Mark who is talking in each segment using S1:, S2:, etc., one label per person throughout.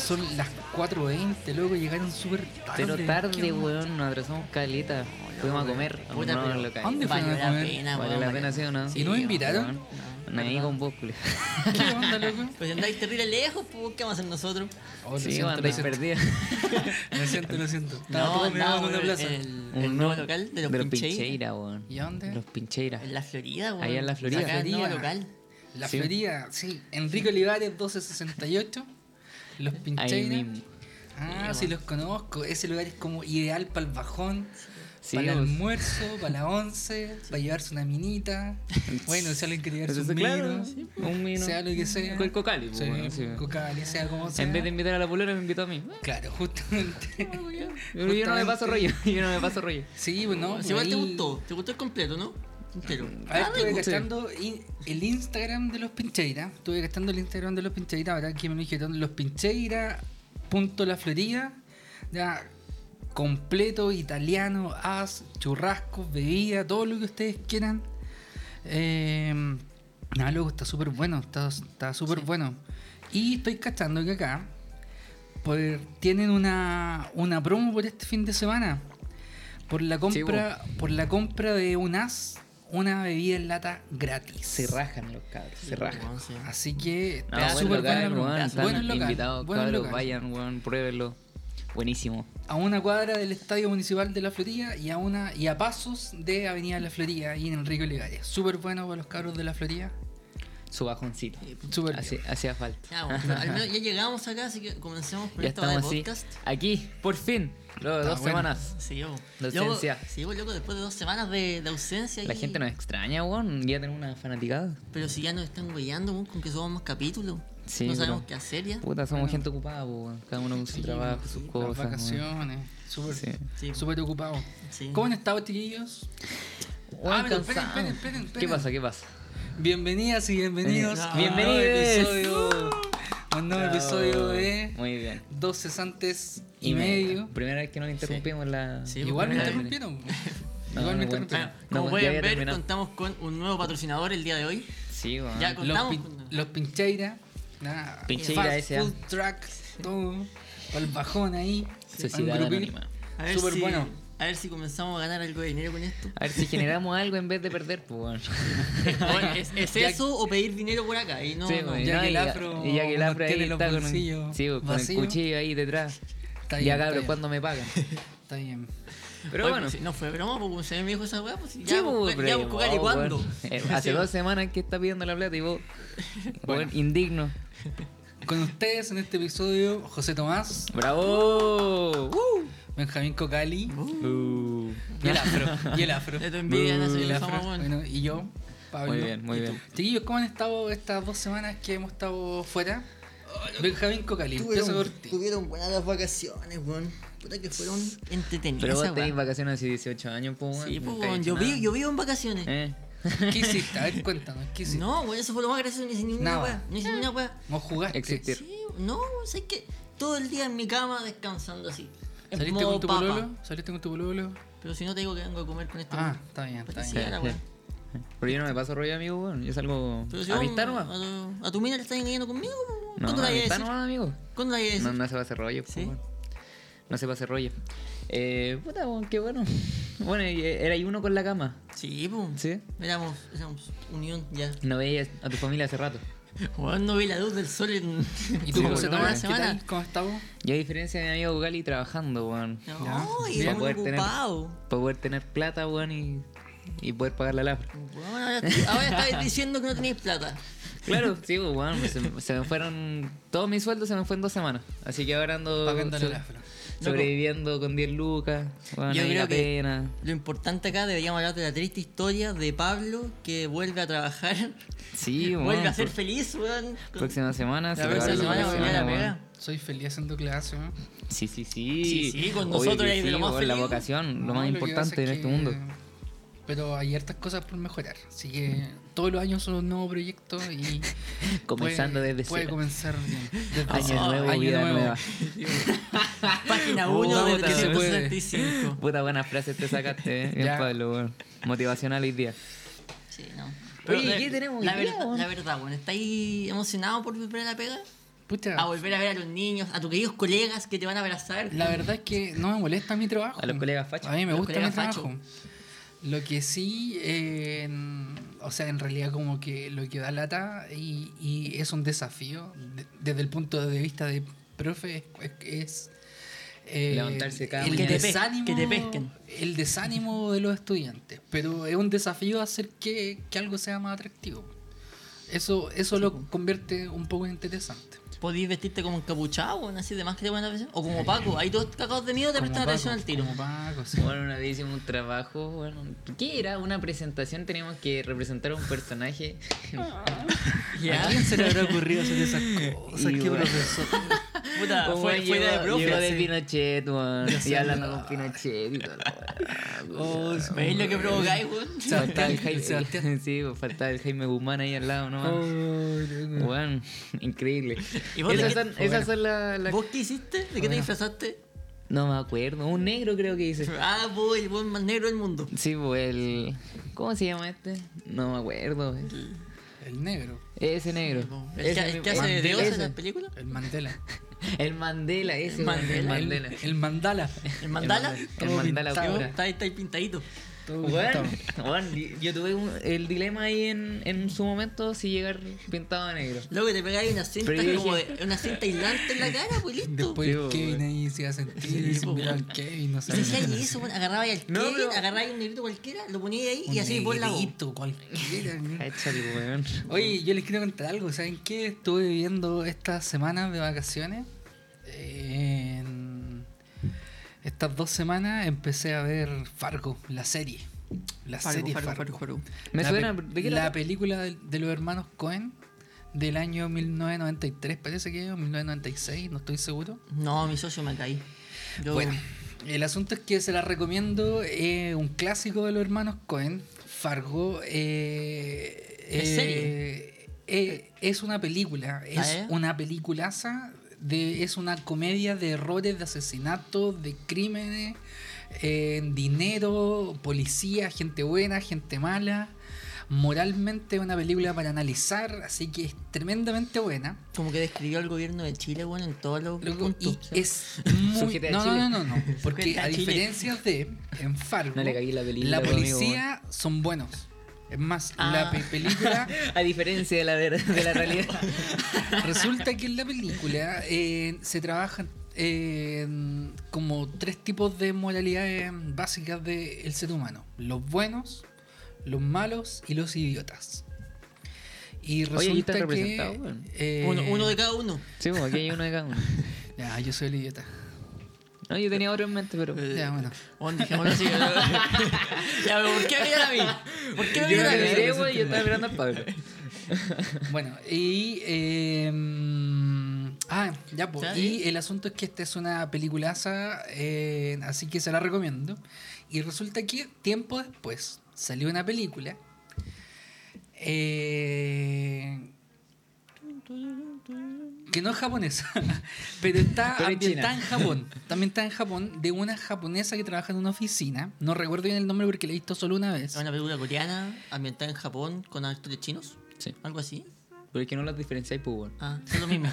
S1: Son las 4.20, luego llegaron súper tarde.
S2: Pero tarde,
S1: ¿Qué onda?
S2: weón, nos atrasamos caleta. Fuimos a comer. a
S3: Puta,
S2: un
S3: pero
S2: local.
S1: ¿dónde
S3: Valió
S1: fueron a
S3: la
S1: comer?
S3: pena,
S2: Vale
S3: weón,
S2: la
S3: bacán.
S2: pena, ¿sí o no?
S1: ¿Y no
S2: Sí,
S1: invitaron?
S2: weón. Me vi con vos, culo.
S1: ¿Qué onda, loco?
S3: Pues andáis terrible lejos, pues, ¿qué vamos a hacer nosotros?
S1: Oh, lo
S2: Sí,
S1: siento,
S2: weón,
S1: lo
S2: andáis
S1: siento.
S2: perdida.
S1: Lo siento, lo siento. Estaba
S3: No,
S1: todo mirado
S3: andábamos
S1: en una
S3: en el,
S1: plaza.
S3: el,
S2: Un
S3: nuevo local de los, Pincheiras.
S2: Pincheira,
S1: ¿Y
S2: weón.
S1: este? a dónde?
S2: Los Pincheiras.
S3: En la Florida, weón.
S2: Allá en la Florida.
S3: Acá el nuevo
S1: Florida.
S3: local.
S1: La
S2: Sí.
S1: Florida, sí. Enrique Olivares, 1268. Los
S2: Ahí
S1: Pincheiras.
S2: mismo.
S1: Ah,
S3: Sí,
S1: sí,
S3: bueno.
S1: los conozco. Ese lugar es como ideal para el bajón,
S2: Sí,
S1: para el
S2: vos.
S1: almuerzo, para la once, para llevarse una minita. Bueno, sea lo que llevarse un
S2: Entonces,
S1: vino,
S2: claro, pues, un vino.
S1: sea lo que sea.
S2: Con cocali, pues,
S1: Sí,
S2: weón, sí.
S1: Coca-Cola, sea como sea.
S2: En vez de invitar a la polera, me invitó a mí.
S1: Claro, justamente.
S2: Yo, yo no me paso
S1: Justamente.
S2: rollo. Yo no me paso rollo.
S1: Sí, bueno.
S3: Si igual te
S1: ahí-
S3: gustó, te gustó el completo, ¿no? Entero.
S1: A ver,
S3: Pues Ah,
S1: estuve
S3: rico.
S1: gastando in- el Instagram de los Pincheira. Estuve gastando el Instagram de los Pincheira. Ahora aquí me lo dijeron los Pincheira. Punto la Florida. Ya completo, italiano, as, churrascos, bebida, todo lo que ustedes quieran. Eh, nada, luego está súper bueno. Está está súper bueno. Y estoy cachando que acá pues, tienen una, una promo por este fin de semana. Por la compra, por la compra de un as, una bebida en lata gratis.
S2: Se rajan los cabros, se rajan.
S3: No, sí.
S1: Así que
S2: No,
S1: está
S2: buen
S1: súper
S2: local,
S1: buena la promo.
S2: weón, están
S1: Buen local,
S2: invitados,
S1: buen
S2: cabros,
S1: local.
S2: vayan, weón, pruébenlo. Buenísimo.
S1: A una cuadra del Estadio Municipal de La Florida y a una y a pasos de Avenida La Florida y en Enrique Olivares. Súper bueno para los cabros de La Florida.
S2: Su bajoncito.
S1: Súper
S2: Hace- Hacía falta.
S3: Ya, bueno, al menos ya llegamos acá, así que comencemos con
S2: Ya
S3: esta hora de
S2: estamos así.
S3: podcast.
S2: Aquí, por fin. Luego de
S1: Está
S2: dos
S1: bueno.
S2: semanas.
S3: Sí, yo.
S2: De
S3: Luego-
S2: ausencia.
S3: Sí, pues, loco, después de dos semanas de, de ausencia.
S2: La
S3: y-
S2: gente nos extraña, weón. Ya tenemos una fanaticada.
S3: Pero si ya nos están weyando, weón, con que subamos más capítulos.
S2: Sí,
S3: no sabemos
S2: bro.
S3: qué hacer ya.
S2: Puta, somos gente ocupada, po, weón. Cada uno con su trabajo, sus
S1: Las
S2: cosas. weón.
S1: vacaciones. Súper
S2: Sí.
S3: Sí.
S1: súper ocupado.
S3: Sí.
S1: ¿Cómo han estado, chiquillos?
S2: Weón,
S1: Ah, pero esperen,
S2: cansado.
S1: esperen, esperen,
S2: ¿Qué
S1: esperen.
S2: pasa? ¿Qué pasa?
S1: Bienvenidas y bienvenidos.
S3: Eh,
S1: a
S2: bienvenides.
S1: Un nuevo episodio, a un nuevo
S2: Bravo.
S1: episodio de
S2: Muy bien.
S1: Dos cesantes y, medio.
S2: Primera vez que nos interrumpimos la.
S3: Sí,
S1: Igual me
S3: primera vez.
S1: interrumpieron.
S2: No,
S1: Igual me
S2: no cuenta.
S1: interrumpieron.
S3: Bueno,
S2: No,
S3: como
S2: ya
S3: pueden
S2: había
S3: ver,
S2: terminado.
S3: contamos con un nuevo patrocinador el día de hoy.
S2: Sí, weón.
S3: Ya
S1: Los,
S3: Ah, contamos. pues,
S1: pin-
S3: con-
S1: los pincheira, nada,
S2: Pincheira ah.
S1: fast
S2: S.A..
S1: food truck, todo, el bajón ahí,
S2: Sociedad
S1: un grupito.
S2: Anónima.
S3: A ver,
S1: Súper
S3: si,
S1: bueno.
S3: a ver si comenzamos a ganar algo de dinero con esto.
S2: A ver si generamos algo en vez de perder, pues weón.
S3: Bueno, ¿Es, es
S1: Ya-
S3: eso o pedir dinero por acá? Y no,
S2: Sí,
S3: no.
S2: weón,
S1: ya
S2: no,
S1: que el
S2: y ya-
S1: afro
S2: Y ya que el afro ahí
S1: mantiene los
S2: está con, un-
S1: bolsillos
S2: sí, weón, con el
S1: vacíos.
S2: cuchillo ahí detrás.
S1: Está bien,
S2: ya
S1: está
S2: cabros,
S1: bien.
S2: ¿cuándo me pagan?
S1: Está bien.
S2: Pero
S3: Oye,
S2: bueno.
S3: pues, si no fue broma, porque usted me dijo esa weá, pues si
S2: Sí,
S3: ya,
S2: pues,
S3: pues,
S2: pero
S3: ya,
S2: yo-
S3: pues, Cocali,
S2: oh,
S3: ¿cuándo?
S2: weón. Eh, Hace
S3: Sí,
S2: dos semanas que está pidiendo la plata y vos, weón, indigno.
S1: Con ustedes en este episodio, José Tomás,
S2: ¡Bravo!
S1: Benjamín Cocali
S2: Uh.
S1: y el afro. Y el afro.
S3: De tu envidia nace
S1: Y el
S3: Mm, la
S1: afro.
S3: fama, weón.
S1: Bueno, y yo, Pablo.
S2: Muy bien, muy
S1: ¿Y tú?
S2: bien.
S1: Chiquillos, ¿cómo han estado estas dos semanas que hemos estado fuera?
S3: Oh,
S1: Benjamín Cocali, empiezo por ti.
S3: tuvieron buenas las vacaciones, weón. Puta que fueron entretenidas.
S2: Pero vos
S3: esa weá.
S2: tenés vacaciones hace 18 años, pues weón.
S3: Sí, pues,
S2: Nunca he
S3: weón,
S2: hecho
S3: yo,
S2: nada.
S3: vivo, yo vivo en vacaciones.
S2: Eh.
S1: ¿Qué hiciste? A ver, cuéntanos, ¿qué hiciste?
S3: No, weón, eso fue lo más gracioso, ni hice ninguna
S1: Nada.
S3: weá. Ni hice ninguna weá.
S1: ¿No jugaste?
S2: Existir.
S3: Sí, no, o sea, es que todo el día en mi cama descansando así. En
S1: ¿Saliste
S3: modo
S1: con tu
S3: papa.
S1: pololo? ¿Saliste con tu pololo?
S3: Pero si no te digo que vengo a comer con este
S1: Ah,
S3: weón.
S1: está bien, está
S3: Sí,
S1: bien.
S3: ahora, weón.
S2: Pero yo no me paso rollo, amigo, weón. Yo salgo.
S3: Pero si vos-
S2: ¿Amistad
S3: a,
S2: nomás?
S3: tu, a tu mina le estás engañando conmigo, weón.
S2: No,
S3: ¿cuándo la ibas a
S2: amistad
S3: decir?
S2: nomás, amigo.
S3: ¿Cuándo la ibas a decir?
S2: No, no se va a hacer rollo,
S3: Sí.
S2: pues, weón. No se va a hacer rollo. Eh, puta, weón, qué bueno. Bueno, y, eh, era y uno con la cama.
S3: Sí, pues.
S2: Sí.
S3: Éramos, éramos unión ya.
S2: No veías a tu familia hace rato.
S3: Weón, no vi la luz del sol en.
S1: ¿Y
S2: Sí,
S1: tú cómo
S2: bueno,
S1: se
S2: bueno,
S1: toma la
S3: la
S2: ¿qué
S3: semana?
S1: semana? ¿Cómo estamos?
S2: Yo, a diferencia de mi amigo Gali, trabajando, weón.
S3: No, y
S1: Ya.
S3: era
S2: Para
S3: muy
S2: poder, tener,
S3: ocupado.
S2: para poder tener plata, weón, y, y poder pagar la labra.
S3: Weón, ahora, ahora estáis diciendo que no tenéis plata.
S2: Claro, sí, pues, weón. Se, se me fueron. Todo mi sueldo se me fue en dos semanas. Así que ahora ando.
S1: Pagando
S2: so-
S1: el afro.
S2: Sobreviviendo con 10 lucas. Weón,
S3: Yo
S2: ahí
S3: creo
S2: la
S3: que-
S2: pena.
S3: Lo importante acá deberíamos hablar de la triste historia de Pablo que vuelve a trabajar,
S2: Sí, weón.
S3: vuelve a ser
S2: pr-
S3: feliz, weón.
S2: Próxima semana. se
S1: La
S2: prepara
S3: próxima semana volver a la
S2: weón.
S3: pega.
S1: Soy feliz haciendo clase, ¿no?
S2: Sí, sí, sí.
S3: Sí, sí, con
S2: Obvio
S3: nosotros
S2: que
S3: eres de lo más
S2: weón, La
S3: feliz.
S2: vocación, lo
S1: No,
S2: más
S1: que pasa
S2: importante
S1: es
S2: en este
S1: que-
S2: mundo.
S1: Pero hay hartas cosas por mejorar. Así que todos los años son un nuevo proyecto y.
S2: Comenzando
S1: puede-
S2: desde
S1: Puede
S2: cero.
S1: comenzar bien. Desde
S2: Año
S1: cero.
S2: nuevo, vida nueva.
S3: Página
S2: Oh,
S3: 1 de
S2: puta,
S1: se puede.
S3: 365.
S2: Puta buena frase te sacaste, eh.
S1: Ya.
S2: Bien, Pablo, weón. Motivacional hoy día.
S3: Sí, no.
S2: Oye,
S3: la-
S2: ¿qué tenemos hoy
S3: la
S2: día,
S3: verdad,
S2: weón?
S3: la verdad, weón, ¿estáis emocionados por volver a la pega?
S1: Pucha,
S3: A volver a ver a los niños, a tus queridos colegas que te van a abrazar.
S1: la verdad es que no me molesta mi trabajo.
S2: A los colegas fachos.
S1: A mí me
S3: Los
S1: gusta mi
S3: colegas
S1: trabajo. Lo que sí, eh, en- o sea, en realidad como que lo que da lata y, y es un desafío de- desde el punto de vista de profe es... es, eh,
S2: Levantarse cada
S1: el
S2: mañana.
S3: Que te pe-
S1: desánimo,
S3: que te pesquen.
S1: el desánimo de los estudiantes pero es un desafío hacer que, que algo sea más atractivo eso eso lo convierte un poco en interesante
S3: Podís vestirte como encapuchado, weón, así de más que te van a atención. O como Paco, ahí todos cagados de miedo te prestan
S1: Como
S3: atención
S1: Paco,
S3: al tiro.
S1: como Paco, sí.
S2: Bueno, una vez hicimos un trabajo, bueno, ¿qué era? Una presentación, teníamos que representar a un personaje.
S1: ¿A
S3: Ya.
S1: quién se le habrá ocurrido hacer esas cosas?
S2: Y
S1: ¿Qué
S2: bueno.
S1: profesor?
S3: Puta,
S2: Oh,
S3: fue,
S2: weón,
S3: fue idea de
S2: llegó- llegó de
S3: profe. sí.
S2: Pinochet, weón,
S1: Ya
S2: y
S1: sé,
S2: hablando
S1: weón.
S2: con Pinochet y todo. weón.
S1: Oh,
S3: ¿Veis lo que provocáis, weón?
S2: Faltaba el
S1: Sebastián. Oh,
S2: Jaime, sí, pues, faltaba el Jaime Guzmán ahí al lado nomás. Weón, increíble.
S3: ¿Y vos de
S2: Esas
S3: qué-
S2: son, esas son la- la-
S3: ¿Vos qué hiciste? ¿De qué te disfrazaste?
S2: No me acuerdo, un negro creo que hice.
S3: Ah, vos, el buen más negro del mundo.
S2: Sí, pues el... ¿Cómo se llama este? No me acuerdo. el-
S1: El negro,
S2: Ese negro.
S3: El que,
S2: Ese
S3: el
S2: mismo.
S3: que hace de
S2: Mandela,
S3: Dios en
S2: ese.
S3: las películas.
S1: el Mandela.
S2: El Mandela, ese. weón, El
S3: Mandela.
S2: Mandela.
S1: El Mandala.
S3: El mandala.
S2: El Mandala
S1: Todo
S2: pura.
S3: Está ahí, está ahí pintadito.
S1: Todo
S2: Bueno,
S1: pintado.
S2: yo tuve un- el dilema ahí en, en su momento si llegar pintado de negro.
S3: Luego te pegáis una cinta
S2: Pero yo
S3: como
S2: dije-
S3: de, una cinta aislante en la cara, pues listo.
S1: Después
S2: Sí,
S1: el Kevin
S2: bueno.
S1: ahí se iba a sentir.
S3: Sí,
S1: se miraba
S3: bueno.
S1: al Kevin, no
S3: Y si
S1: sabía.
S3: hacías eso, bueno, agarrabais al
S2: No,
S3: Kevin,
S2: pero-
S3: agarrabais un negrito cualquiera, lo poníais ahí
S1: Un
S3: y así por la voz.
S1: negrito cualquiera, ¿no?
S2: Cáchale, weón.
S1: Oye, yo les quiero contar algo. ¿Saben qué? Estuve viviendo estas semanas de vacaciones. En estas dos semanas empecé a ver Fargo, la serie. La serie Fargo.
S2: Me
S1: la
S2: suena,
S1: pe-
S2: ¿de qué
S1: la
S2: era?
S1: película de, de los hermanos Cohen del año 1993, parece que es, o 1996, no estoy seguro.
S3: No, mi socio me caí. Yo,
S1: Bueno, el asunto es que se la recomiendo eh, un clásico de los hermanos Cohen, Fargo. eh,
S3: ¿Es
S1: eh,
S3: serie?
S1: eh, es una película, es
S3: ya?
S1: una peliculaza, de, es una comedia de errores, de asesinatos, de crímenes, eh, dinero, policía, gente buena, gente mala. Moralmente es una película para analizar, así que es tremendamente buena.
S3: Como que describió al gobierno de Chile, bueno, en todos los
S1: Loco,
S3: puntos.
S1: y
S3: o sea.
S1: es muy-
S2: Sujeta de
S1: no,
S2: Chile.
S1: no, no, no, no, Porque
S3: Sujeta
S1: a
S3: de Chile.
S1: diferencia de en Fargo,
S2: No le cagué la película,
S1: la
S2: pues, amigo,
S1: policía son buenos. Es más,
S3: Ah.
S1: la pe- película
S2: A diferencia de la, ver- de la realidad.
S1: resulta que en la película eh, se trabajan eh, como tres tipos de moralidades básicas del ser humano: los buenos, los malos y los idiotas. Y
S2: Oye, ¿y
S1: resulta
S2: está representado,
S1: que
S2: weón?
S1: eh,
S3: Uno, uno de cada uno.
S2: Sí, pues aquí hay uno de cada uno.
S1: ya, yo soy el idiota.
S2: No, yo tenía otro en mente, pero.
S3: Eh,
S1: Ya, bueno.
S3: Bueno, dejémoslo así. ya, pero ¿por qué me miran a mí? ¿Por qué me
S2: Yo
S3: miran
S2: no
S3: a
S2: te
S3: mí?
S2: miré, güey, yo estaba mirando al Pablo.
S1: Bueno, y. eh, ah, ya, po.
S3: ¿Ya?
S1: Y el asunto es que esta es una peliculaza, eh, así que se la recomiendo. Y resulta que tiempo después salió una película. eh, que no es japonesa, pero está
S2: Pero es
S1: ambientada en
S2: china.
S1: Japón. También está en Japón, de una japonesa que trabaja en una oficina. No recuerdo bien el nombre porque la he visto solo una vez.
S3: Es una película coreana ambientada en Japón con actores chinos,
S2: Sí.
S3: algo así.
S2: Pero es que no los diferenciáis, pues, weón.
S3: Ah, es lo mismo.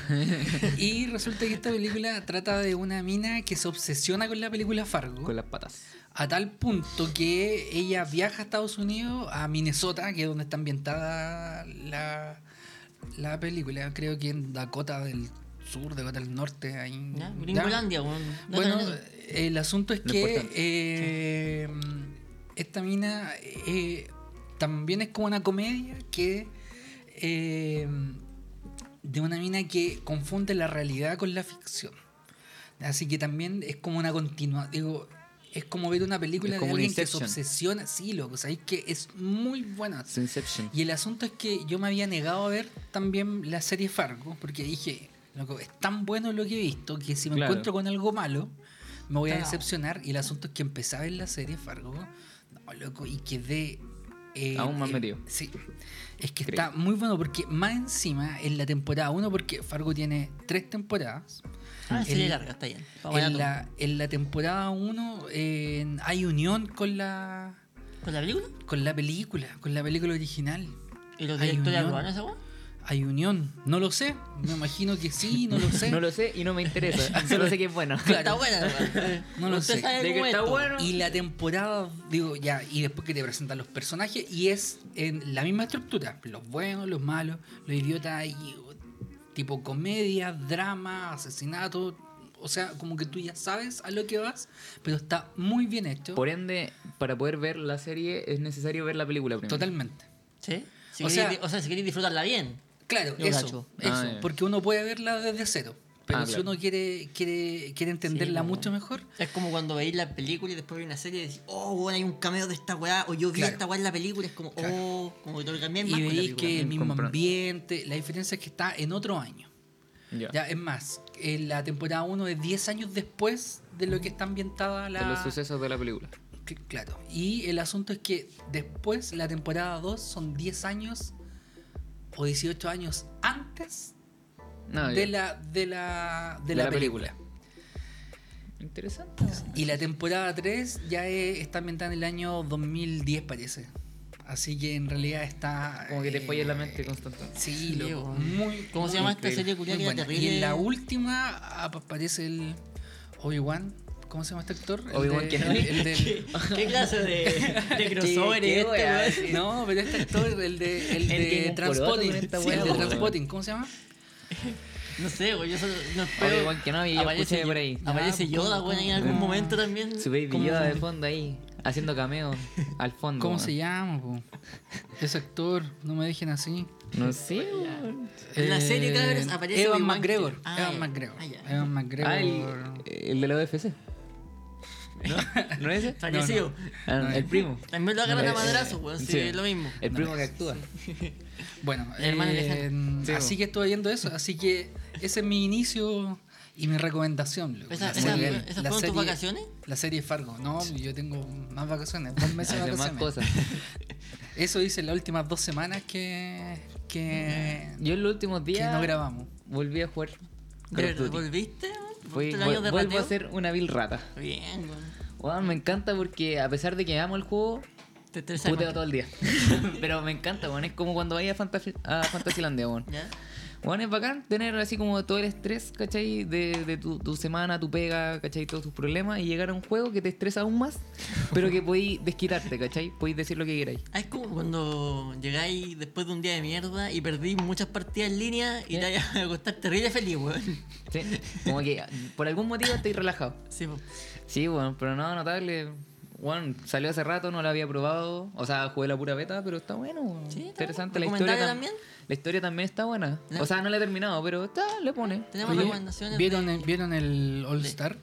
S1: Y resulta que esta película trata de una mina que se obsesiona con la película
S2: Con
S1: Fargo.
S2: las patas.
S1: A tal punto que ella viaja a Estados Unidos, a Minnesota, que es donde está ambientada la, la película. Creo que en Dakota del Sur, Dakota del Norte, ahí.
S3: ¿Ya?
S1: ya.
S3: Gringolandia, weón. No
S1: Bueno,
S3: hagan eso.
S1: el asunto es
S2: Lo
S1: que
S2: importante.
S1: eh, esta mina eh, también es como una comedia que eh, de una mina que confunde la realidad con la ficción. Así que también es como una continua, digo, es como ver una película
S2: Es como
S1: de
S2: un
S1: alguien que se
S2: Inception.
S1: obsesiona, sí, loco, sabéis que es muy buena.
S2: Es Inception.
S1: Y el asunto es que yo me había negado a ver también la serie Fargo, porque dije, loco, es tan bueno lo que he visto que si me
S2: Claro.
S1: encuentro con algo malo, me voy a
S3: Cagao.
S1: decepcionar. Y el asunto es que empecé a ver la serie Fargo, no, loco, y quedé. eh,
S2: Aún más
S1: eh,
S2: metido.
S1: Sí. Es que
S2: Creo.
S1: está muy bueno porque más encima en la temporada 1, porque Fargo tiene tres temporadas.
S3: Ah, serie
S1: el-
S3: larga, está bien. Vamos
S1: En
S3: allá,
S1: la, en la temporada 1 hay unión con la,
S3: ¿Con la película?
S1: con la película, con la película original.
S3: ¿Y los
S1: Hay
S3: directores
S1: unión.
S3: aprobaron esa weón?
S1: hay unión. No lo sé. Me imagino que sí, no lo sé.
S2: No lo sé y no me interesa. Solo sé que es bueno.
S1: Claro.
S3: Está buena. weón.
S1: No lo
S3: Usted
S1: sé.
S3: sabe
S2: De que
S3: cómo es
S2: está
S3: esto.
S2: bueno.
S1: Y la temporada, digo, ya, y después que te presentan los personajes, y es en la misma estructura: los buenos, los malos, los idiotas, y, o, tipo comedia, drama, asesinato. O sea, como que tú ya sabes a lo que vas, pero está muy bien hecho.
S2: Por ende, para poder ver la serie es necesario ver la película primero.
S1: Totalmente.
S3: ¿Sí? Si
S1: O
S3: o,
S1: sea-
S3: sea, o sea, si queréis disfrutarla bien.
S1: Claro,
S3: Yo
S1: eso,
S3: cacho.
S1: eso,
S2: Ah, ya.
S1: porque uno puede verla desde cero, pero
S2: Ah,
S1: si
S2: claro.
S1: uno quiere quiere quiere entenderla
S3: Sí, po.
S1: mucho mejor,
S3: Es como cuando veis la película y después veis una serie y decís, oh, bueno, hay un cameo de esta weá, o yo vi
S1: Claro.
S3: esta weá en la película, es como,
S1: Claro.
S3: oh, como que te lo cambian más
S1: y
S3: con la
S1: veis
S3: película.
S1: que el mismo
S2: Compro-
S1: ambiente, la diferencia es que está en otro año.
S2: Ya.
S1: Ya, es más, en la temporada 1 es 10 años después de lo que está ambientada la...
S2: De los sucesos de la película.
S1: Cl- Claro. Y el asunto es que después, la temporada 2, son 10 años o 18 años antes
S2: No, Ah, ya.
S1: de la, de la, de la película.
S2: Interesante.
S1: Y la temporada 3 ya es- está ambientada en el año 2010, parece. Así que en realidad está...
S2: Como que te
S1: eh,
S2: falla la mente constantemente.
S1: Sí, loco,
S3: weón.
S1: muy...
S3: ¿Cómo se
S1: muy
S3: llama esta
S2: increíble.
S3: serie
S1: Muy
S3: culiada que era
S1: buena. Y en
S3: terrible?
S1: la última ap- aparece el Obi-Wan. ¿Kómo se llama este actor? El
S2: Obi-Wan
S1: de-
S2: Kenobi.
S1: El del...
S3: ¿Qué clase de, de crossover
S2: crossover es
S3: es
S2: este, weón?
S3: este,
S1: No, pero este actor, el de, el
S2: El que
S1: de
S2: incorporó
S1: Transpotting.
S2: con esta
S1: Sí,
S2: weá,
S1: el de
S2: weón.
S1: Transpotting, ¿cómo se llama?
S3: No sé, güey, yo solo. No
S2: Pero
S3: espero.
S2: igual que no, y yo escuché por ahí.
S3: Aparece
S1: Ya,
S3: Yoda,
S1: ¿cómo,
S3: güey, en
S1: cómo?
S3: algún momento también.
S2: pues, mm, Su baby
S3: como-
S2: Yoda de fondo ahí, haciendo cameo al fondo.
S1: ¿Cómo
S2: weón.
S1: se llama, po? Ese actor, no me dejen así.
S2: No sé, weón.
S3: En la
S1: Eh,
S3: serie, cabros, aparece
S1: Evan
S3: Obi-Wan
S1: McGregor.
S3: Kenobi. Ah,
S1: Evan
S3: ya.
S1: McGregor.
S3: Ah, ya.
S1: Evan McGregor.
S2: Ah, el, el de la UFC. ¿No? ¿No es ese?
S3: Fallecido.
S2: Ah,
S1: No,
S2: el
S1: no.
S2: primo.
S3: También lo agarran
S2: No,
S3: a
S2: eh,
S3: madrazos, güey, sí,
S2: sí. Eh,
S3: es lo mismo.
S2: El primo que actúa.
S1: Bueno,
S3: El hermano
S1: eh,
S3: lejano.
S2: Sí,
S1: así
S2: po.
S1: que estuve viendo eso. Así que ese es mi inicio y mi recomendación. loco.
S3: Esa-
S1: La
S3: esa-
S1: serie-
S3: ¿Esas
S1: la
S3: fueron tus
S1: serie-
S3: vacaciones?
S1: La serie Fargo. No, yo tengo más vacaciones, dos meses de
S2: Hace más
S1: vacaciones.
S2: cosas.
S1: Eso hice en las últimas dos semanas que, que,
S2: Yo en los últimos
S1: que
S2: días
S1: no grabamos.
S2: volví a jugar. Call of
S3: ¿De verdad?
S2: Duty.
S3: ¿Volviste?
S2: Fui-
S3: ¿Volviste el año de
S2: vuelvo
S3: rateo?
S2: a ser una vil rata.
S3: Bien, güey.
S2: Weón, me encanta porque a pesar de que amo el juego,
S3: Te estresas
S2: puteo
S3: mucho.
S2: todo el día. Pero me encanta, weón. Es como cuando vayas a, Fantasi- a Fantasylandia, weón.
S3: ¿Ya?
S2: Bueno, es bacán tener así como todo el estrés, ¿cachai? De, de tu, tu semana, tu pega, ¿cachai? Todos tus problemas y llegar a un juego que te estresa aún más, pero que podéis desquitarte, ¿cachai? Podéis decir lo que queráis.
S3: Ah, es como cuando llegáis después de un día de mierda y perdís muchas partidas en línea y te vas a acostar terrible feliz, weón.
S2: ¿Sí? Como que por algún motivo estáis relajado.
S3: Sí, po.
S2: Sí, bueno, pero no, notable. Bueno, salió hace rato, no la había probado. O sea, jugué la pura beta, pero está bueno. weón.
S3: Sí, está
S2: Interesante la
S3: bueno.
S2: historia.
S3: ¿Recomendable
S2: tam-
S3: también?
S2: La historia también está buena.
S3: La-
S2: O sea, no la he terminado, pero está, le pone.
S3: Tenemos
S1: Oye,
S3: recomendaciones.
S1: ¿Vieron,
S3: de-
S1: el, ¿Vieron el All
S3: de-
S1: Star?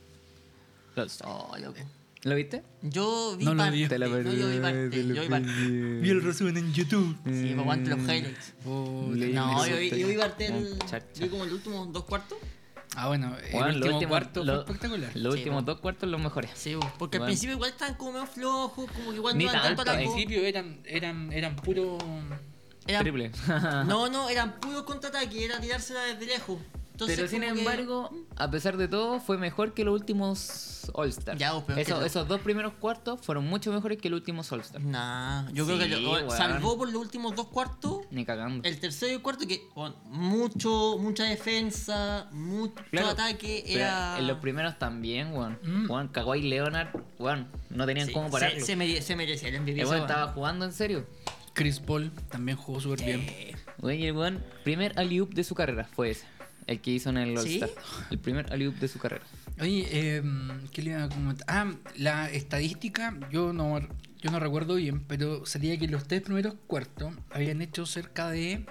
S3: Oh, loco.
S2: ¿Lo viste?
S3: Yo vi
S1: No lo
S3: parte.
S1: vi.
S2: Te la
S3: no, yo vi parte. Yo vi parte.
S1: Vi el resumen en YouTube.
S3: Sí, pues aguante
S1: Mm.
S3: los highlights.
S2: Sí,
S3: No,
S2: me
S3: yo vi,
S2: asusté.
S3: yo vi parte el.
S2: Char, char.
S3: Vi como el último dos cuartos.
S1: Ah, bueno, el último
S2: Bueno, los últimos-
S1: cuarto fue
S2: lo-
S1: espectacular.
S2: Los
S3: Sí,
S2: últimos
S3: bueno.
S2: dos cuartos los mejores.
S3: Sí, po, porque al
S2: Bueno.
S3: principio igual estaban como medio flojos, como que igual
S2: Ni
S3: no iban tanto a
S2: tanto,
S1: Al
S3: la
S1: principio eran, eran, eran puro.
S3: Eran-
S2: Triple.
S3: No, no, eran puros contraataques, era tirársela desde lejos. Entonces,
S2: pero sin
S3: como que-
S2: embargo, a pesar de todo, fue mejor que los últimos All-Star.
S3: Ya, vos, pero es que
S2: Eso-
S3: lo-
S2: Esos dos primeros cuartos fueron mucho mejores que los últimos All-Star.
S3: Nah, yo creo
S2: Sí,
S3: que lo-
S2: weón.
S3: salvó por los últimos dos cuartos.
S2: Ni cagando.
S3: El tercero y el cuarto que con mucho, mucha defensa, mucho
S2: Claro,
S3: ataque,
S2: pero
S3: era...
S2: En los primeros también, weón.
S1: Mm.
S2: Weón, Kawhi Leonard, weón, no tenían
S3: Sí,
S2: cómo
S3: se,
S2: pararlo.
S3: se, mere- se merecía el MVP.
S2: el
S3: esa
S2: weón
S3: weá.
S2: estaba jugando en serio.
S1: Chris Paul también jugó súper bien.
S2: Weón, y el weón, primer alley-oop de su carrera fue ese. El que hizo en el
S3: ¿Sí?
S2: All-Star. El primer alley-oop de su carrera.
S1: Oye, eh, ¿qué le iba a comentar? Ah, la estadística, yo no, yo no recuerdo bien, pero sería que los tres primeros cuartos habían hecho cerca de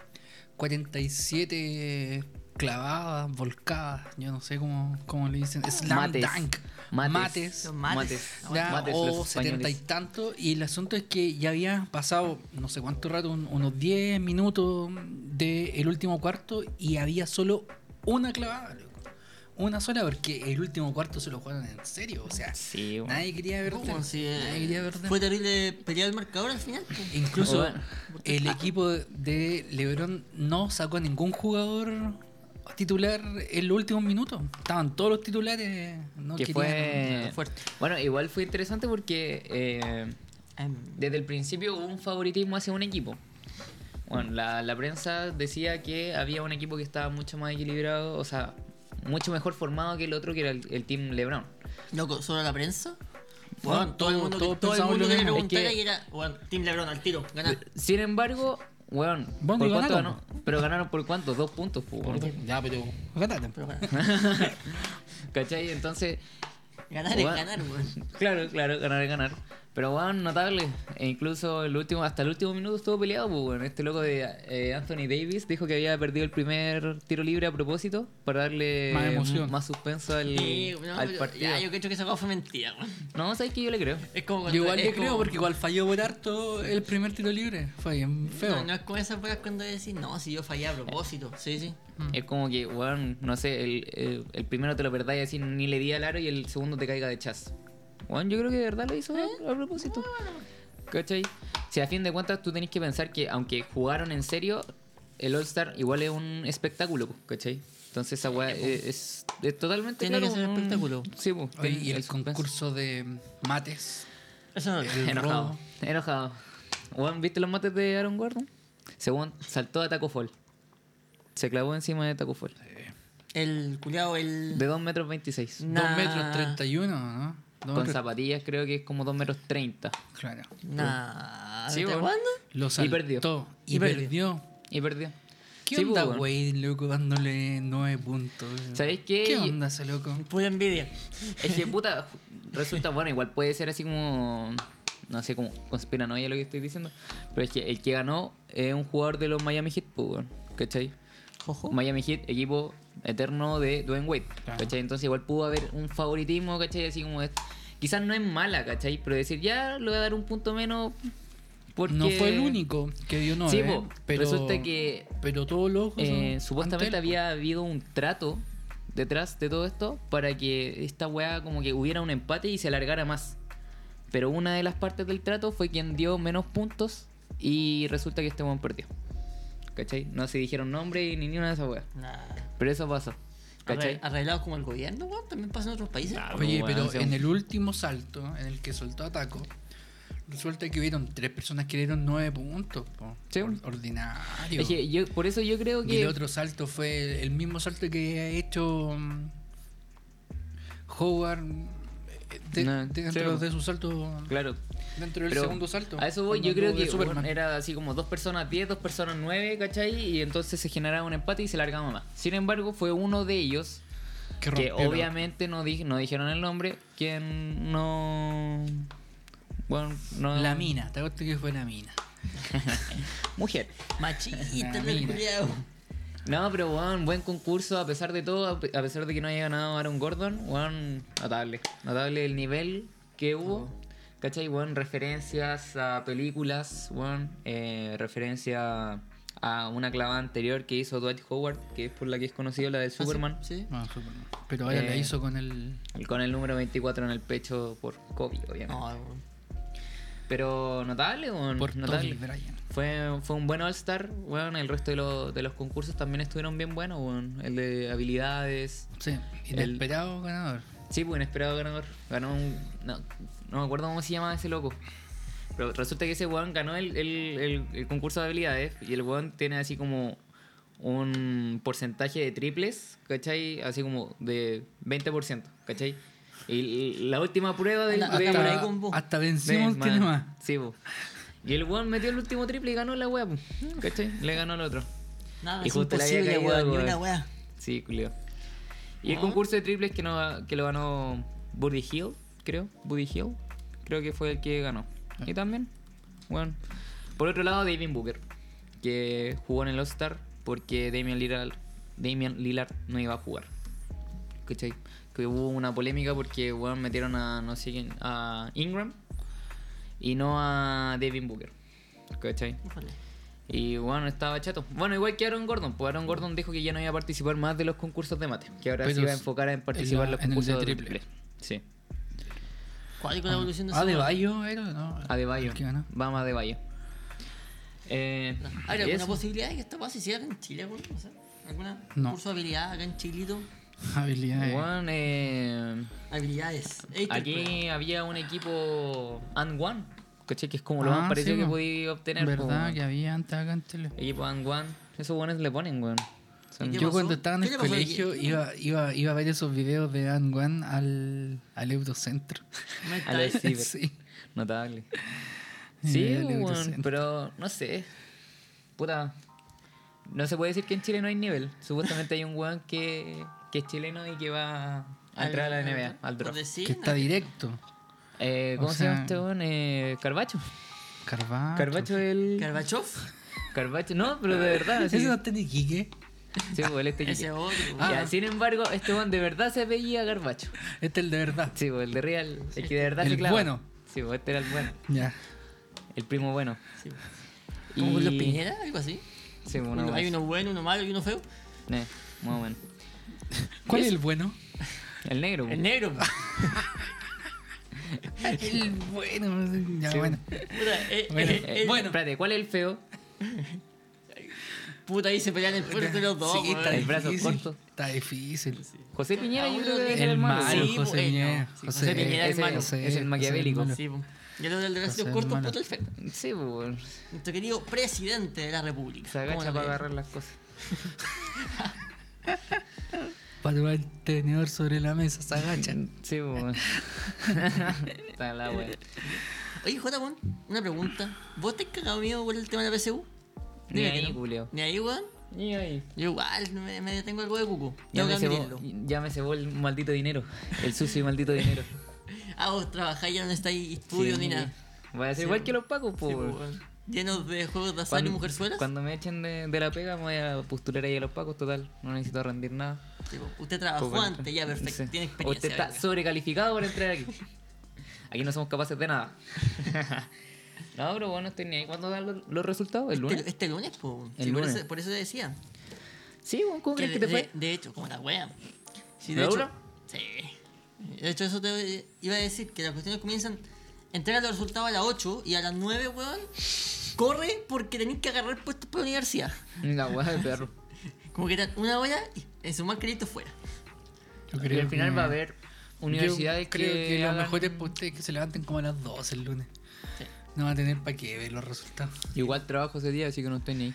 S1: 47 clavadas, volcadas, yo no sé cómo, cómo le dicen, slam
S2: Mates.
S1: dunk,
S2: Mates.
S1: mates,
S3: Los mates.
S1: ya,
S2: Mates,
S1: o
S2: Ah, los españoles.
S1: setenta y tanto, y el asunto es que ya había pasado no sé cuánto rato, un- unos 10 minutos del último cuarto y había solo una clavada, loco. Una sola, porque el último cuarto se lo jugaron en serio, o sea,
S2: Sí, weón.
S1: nadie quería ver
S3: Bueno,
S1: Denver,
S3: sí, eh,
S1: nadie quería ver Denver.
S3: Fue terrible pelear el marcador al final. pues. po.
S1: Incluso
S2: Bueno.
S1: el equipo de LeBron no sacó a ningún jugador titular en los últimos minutos. Estaban todos los titulares, no
S2: que
S1: querían-
S2: fue
S3: fuerte.
S2: Bueno, igual fue interesante porque eh,
S3: Em,
S2: desde el principio hubo un favoritismo hacia un equipo. Bueno, la, la prensa decía que había un equipo que estaba mucho más equilibrado, o sea, mucho mejor formado que el otro, que era el, el Team LeBron.
S3: Loco, ¿solo la prensa? Weón, todo
S1: todos-
S3: el mundo, que-
S1: todos
S3: todo el
S1: pensamos
S3: mundo
S1: lo
S3: que le
S1: mismo.
S2: Es que-
S3: preguntara y era, weón, Team Lebron al tiro, ganar.
S2: Sin embargo, weón,
S1: Bueno,
S2: ¿por
S1: y
S2: cuánto
S1: ganaron.
S2: ganó? Pero ganaron por cuántos, dos puntos, po, weón.
S1: Ya, pero. Ganaron.
S3: Pero weón,
S2: ¿Cachai? Entonces,
S3: ganar es
S2: Weón.
S3: ganar, weón.
S2: claro, claro, ganar es ganar. Pero weón, notable. E incluso el último, hasta el último minuto estuvo peleado, pues weón. Este loco de eh, Anthony Davis dijo que había perdido el primer tiro libre a propósito para darle
S1: Más emoción.
S2: más suspenso al,
S3: Sí, no,
S2: eh, al
S3: pero-
S2: partido.
S3: Ya, yo creo que esa cosa fue mentira, weón.
S2: No, sabes que yo le creo.
S3: Es como
S1: Yo igual
S3: es
S1: le creo
S3: como-
S1: porque igual falló por harto el primer tiro libre. Fue bien feo.
S3: No, no es como esas weas cuando decís, no, si yo fallé a propósito. Sí, sí.
S2: Es como que, weón, no sé, el, el- el primero te lo perdás y así ni le di al aro y el segundo te caiga de chas. Weón, yo creo que de verdad lo hizo
S3: ¿Eh?
S2: a, a propósito. ¿Cachai? Si a fin de cuentas tú tenés que pensar que aunque jugaron en serio, el All-Star igual es un espectáculo, po, ¿cachai? Entonces esa weá es, es- es totalmente
S3: Tiene que
S2: claro,
S3: ser
S2: un-
S3: espectáculo.
S2: Sí, po,
S1: Oye,
S2: tiene
S1: y el
S2: el suspenso.
S1: concurso de mates.
S3: Eso no lo creo.
S2: Enojado,
S1: robo.
S2: enojado. Weón, ¿viste los mates de Aaron Gordon? Según saltó a Taco Fall. Se clavó encima de Taco Fall.
S3: El culiao, el.
S2: De 2 metros 26.
S1: 2 metros 31, ¿no? Dos
S2: Con
S1: metros-
S2: zapatillas creo que es como 2 metros 30.
S1: Claro.
S3: Nah.
S2: Sí,
S3: ¿Te
S2: weón.
S3: cuándo?
S1: Lo
S2: Y
S1: saltó.
S2: perdió.
S1: Y,
S3: Y perdió.
S1: perdió.
S2: Y perdió.
S1: ¿Qué
S2: Sí,
S1: onda,
S2: pues, weón.
S1: güey, loco, dándole 9 puntos? weón?
S2: ¿Sabéis qué?
S1: ¿Qué onda ese loco?
S3: Pura envidia.
S2: Es que puta, resulta bueno, igual puede ser así como. No sé, como conspiranoia lo que estoy diciendo. Pero es que el que ganó es un jugador de los Miami Heat, pues, weón, ¿cachai?
S3: Jojo.
S2: Miami Heat, equipo eterno de Dwayne Wade,
S1: Claro.
S2: ¿cachai? Entonces igual pudo haber un favoritismo, ¿cachai? Así como es. Quizás no es mala, ¿cachai? Pero decir, ya le voy a dar un punto menos. Porque...
S1: No fue el único que dio 9.
S2: Sí, po,
S1: pero
S2: resulta que
S1: Pero todos los ojos.
S2: Eh,
S1: son
S2: supuestamente
S1: ante él,
S2: había habido un trato detrás de todo esto para que esta weá como que hubiera un empate y se alargara más. Pero una de las partes del trato fue quien dio menos puntos y resulta que este weón perdió. ¿Cachai? No se dijeron nombre ni ni una de esas weas.
S3: Nah.
S2: Pero eso pasó. ¿Cachai?
S3: Arre- Arreglados como el gobierno, weón. También pasa en otros países.
S1: po.
S2: Claro.
S1: Oye,
S2: Bueno,
S1: pero
S2: sí,
S1: en
S2: un-
S1: el último salto, en el que soltó a Taco, resulta que hubieron tres personas que dieron 9 puntos. po.
S2: Sí.
S1: Or- Ordinario.
S2: Es que yo- por eso yo creo
S1: Y
S2: que...
S1: el otro salto fue el mismo salto que ha hecho mm, Howard eh, de-
S2: No,
S1: dentro
S2: sí.
S1: de su salto.
S2: Claro.
S1: Dentro del
S2: Pero
S1: segundo salto.
S2: A eso voy, yo
S1: cuando
S2: creo
S1: habló de
S2: que
S1: Superman.
S2: bueno, era así como dos personas 10, dos personas 9, ¿cachai? Y entonces se generaba un empate y se largaba más. Sin embargo, fue uno de ellos
S1: que
S2: que
S1: rompió la-
S2: obviamente no, dij- no dijeron el nombre, quien no... Bueno, no...
S1: La mina, te acuerdas que fue la mina.
S2: Mujer.
S3: Machista,
S1: Nah,
S3: el
S1: mira.
S3: culiao.
S2: No, pero weón, buen concurso, a pesar de todo, a pe- a pesar de que no haya ganado Aaron Gordon, weón, notable. Notable el nivel que hubo.
S3: Oh.
S2: ¿Cachai? Weón, referencias a películas, weón, eh, referencia a una clavada anterior que hizo Dwight Howard, que es por la que es conocido, la del Superman.
S3: Ah, Sí.
S1: No, Superman. Pero ahora
S2: Eh,
S1: la hizo con el.
S2: Y Con el número 24 en el pecho por Kobe, obviamente.
S3: No, weón.
S2: Pero notable, weón,
S1: Por Kobe
S2: notable.
S1: Bryant.
S2: Fue, fue un buen All-Star, weón. El resto de, lo- de los concursos también estuvieron bien buenos, weón. El de habilidades,
S1: Sí, inesperado ganador.
S2: Sí, pues inesperado ganador. Ganó un. No, no me acuerdo cómo se llamaba ese loco. Pero resulta que ese weón ganó el, el- el- el concurso de habilidades y el weón tiene así como un porcentaje de triples, ¿cachai? Así como de 20%, ¿cachai? Y l- la última prueba del.
S3: Anda,
S2: de-
S3: anda por ahí
S2: de-
S1: Hasta,
S3: con vos.
S1: hasta Ben Simmons
S2: de-
S1: tiene
S2: man,
S1: más.
S2: Sí, pues. Y el weón metió el último triple y ganó la wea, pues, ¿cachai? Le ganó al otro.
S3: Nada,
S2: Y
S3: es
S2: justo le había
S3: imposible,
S2: caído,
S3: weón. Ni
S2: weón.
S3: una weá.
S2: Sí, culiao. Y el
S3: Ah.
S2: concurso de triples que, no, que lo ganó Buddy Hill, creo. Buddy Hill, creo que fue el que ganó. Y también, bueno. Por otro lado, Damien Booker, que jugó en el All-Star porque Damian Lillard, Damian Lillard no iba a jugar. ¿Cachai? Que hubo una polémica porque, bueno, metieron a, no sé quién, a Ingram y no a Devin Booker. ¿Cachai?
S3: Híjole.
S2: Y bueno, estaba chato. Bueno, igual que Aaron Gordon, pues Aaron Gordon dijo que ya no iba a participar más de los concursos de mate, que ahora
S1: Pero
S2: se iba a
S1: s-
S2: enfocar en participar
S1: en
S2: en
S1: la-
S2: los
S1: en el de
S2: concursos de
S1: triple.
S2: triple. Sí,
S3: ¿Cuál es la evolución de
S1: Ah, de
S3: esa weá?
S1: Bayo era, ¿no?
S2: Adebayo.
S1: ¿El Ah, que ganó?
S2: Vamos a Adebayo. Eh,
S3: ¿Hay Ah, alguna
S2: eso.
S3: posibilidad de que esta weá se hiciera en Chile, weón? No sé. ¿Alguna
S1: No.
S3: curso de habilidad acá en Chilito?
S1: Habilidades.
S2: Bueno, eh,
S3: Habilidades. Ey, te
S2: aquí había un equipo and one ¿cachai? Que es como lo
S1: Ah,
S2: más parecido
S1: sí,
S2: que
S1: po.
S2: podía obtener. po,
S1: ¿Verdad?
S2: weón.
S1: Que había antes acá en Chile.
S2: Equipo and One. Esos buenos le ponen, weón. Son-
S3: ¿Y qué
S1: Yo
S3: pasó?
S1: cuando estaba en
S3: ¿Qué
S1: el
S3: le pasó a
S1: colegio
S3: Guille?
S1: iba, iba, iba a ver esos videos de Dan Wan al, al Eurocentro.
S3: No
S2: A la
S3: está
S2: ciber.
S1: Sí.
S2: Notable.
S1: Eh,
S2: Sí,
S1: al
S2: weón,
S1: Eurocentro.
S2: pero no sé. Puta. No se puede decir que en Chile no hay nivel. Supuestamente hay un weón que, que es chileno y que va a entrar a la NBA, al
S3: Por
S2: draft.
S3: decir,
S1: Que está directo.
S2: Eh,
S1: O
S2: ¿Cómo se llama
S1: sea- Ah,
S2: este weón? Eh, Carbacho.
S1: Carvacho.
S2: Carbacho el.
S3: Gorbachev,
S2: Carbacho, no, pero de verdad.
S1: ¿Ese
S2: ah, Sí,
S1: no Ah. está en Iquique?
S2: sí pues, él es de Iquique.
S3: ese otro.
S2: Ya, sin embargo, este weón de verdad se veía Carbacho.
S1: Este es el de verdad.
S2: Sí, pues el de Real. El que de verdad se
S1: El
S2: clava.
S1: bueno.
S2: Sí, pues este era el bueno.
S1: Ya.
S2: El primo bueno.
S3: Sí. ¿Como Julio Piñera? Algo así.
S2: Sí, pues, bueno.
S3: Uno- hay uno bueno, uno malo y uno feo.
S2: Eh, muy bueno.
S1: ¿Cuál es el bueno?
S2: El negro. pues.
S3: El
S2: po.
S3: negro. po.
S1: El bueno. Ya,
S2: Sí.
S1: bueno.
S3: Puta, eh,
S1: Bueno,
S3: eh, eh,
S1: bueno.
S2: Espérate, ¿cuál es el feo?
S3: Puta, ahí se pelean el puerto de los dos.
S1: Sí,
S3: weón.
S1: está
S2: El brazo
S1: difícil.
S2: corto.
S1: Está difícil.
S2: José Piñera, yo
S3: Aún
S2: creo
S3: lo
S2: que debe
S3: tiene.
S2: ser el
S1: El
S2: malo.
S1: malo,
S3: Sí,
S1: José
S3: pues, eh,
S1: Piñera.
S3: no. Sí,
S1: José,
S2: José Piñera es
S1: ese-
S2: malo,
S1: ese-
S2: es el
S1: ese
S2: maquiavélico.
S1: malo.
S3: Sí, po. Y el del
S1: José
S3: brazo corto,
S1: Hermano.
S3: puto el feo.
S2: Sí, pues.
S3: Nuestro querido presidente de la República.
S2: Se
S3: ¿Cómo
S2: agacha
S3: la
S2: para
S3: veía?
S2: agarrar las cosas.
S1: Para tomar el tenedor sobre la mesa, se agachan.
S2: Sí, pues. Está la wea.
S3: Oye, Jota, weón, una pregunta. ¿Vos te has cagado miedo por el tema de la PSU?
S2: Ni
S3: Dime que
S2: ahí,
S3: no.
S2: Julio.
S3: Ni ahí, weón.
S2: Ni ahí.
S3: Yo igual me, me tengo algo de cuco.
S2: Ya
S3: Tengo que
S2: me,
S3: admitirlo.
S2: cebó, ya me cebó el maldito dinero. El sucio y maldito dinero.
S3: Ah, vos trabajáis ya no estáis estudios
S2: Sí.
S3: ni nada.
S2: Voy a ser igual que los pacos,
S3: Sí,
S2: pues.
S3: po, weón. Llenos de juegos de azar y mujerzuelas.
S2: cuando me echen de, de la pega, me voy a postular ahí a los pacos, total. No necesito rendir nada.
S3: Sí, po. usted trabajó
S2: Poco
S3: antes, ya perfecto.
S2: Sí.
S3: Tiene
S2: Usted
S3: experiencia.
S2: está
S3: verga.
S2: sobrecalificado para entrar aquí. Aquí no somos capaces de nada. no, pero bueno, estoy ni ahí. ¿Cuándo dan los, los resultados? ¿El lunes?
S3: Este, este lunes, po, weón.
S2: El
S3: Sí,
S2: lunes.
S3: Por, eso, por eso te decía.
S2: Sí, bueno, ¿cómo
S3: Que
S2: crees que
S3: de,
S2: te fue?
S3: de- de hecho, como la wea. Sí,
S2: ¿La
S3: de hecho,
S2: dura?
S3: sí. De hecho, eso te iba a decir, que las cuestiones comienzan. Entrega los resultados a las 8 y a las 9, weón. Corre porque tenés que agarrar puestos para la universidad.
S2: La hueá de perro.
S3: Como que eran una hora y en su más crédito fuera.
S1: Yo
S2: Y al final
S1: que-
S2: va a haber universidades
S1: Yo creo que, lo
S2: hagan-
S1: mejor es para ustedes que se levanten como a las 12 el lunes.
S3: Sí.
S1: No va a tener para qué ver los resultados.
S2: Igual trabajo ese día, así que no estoy ni ahí.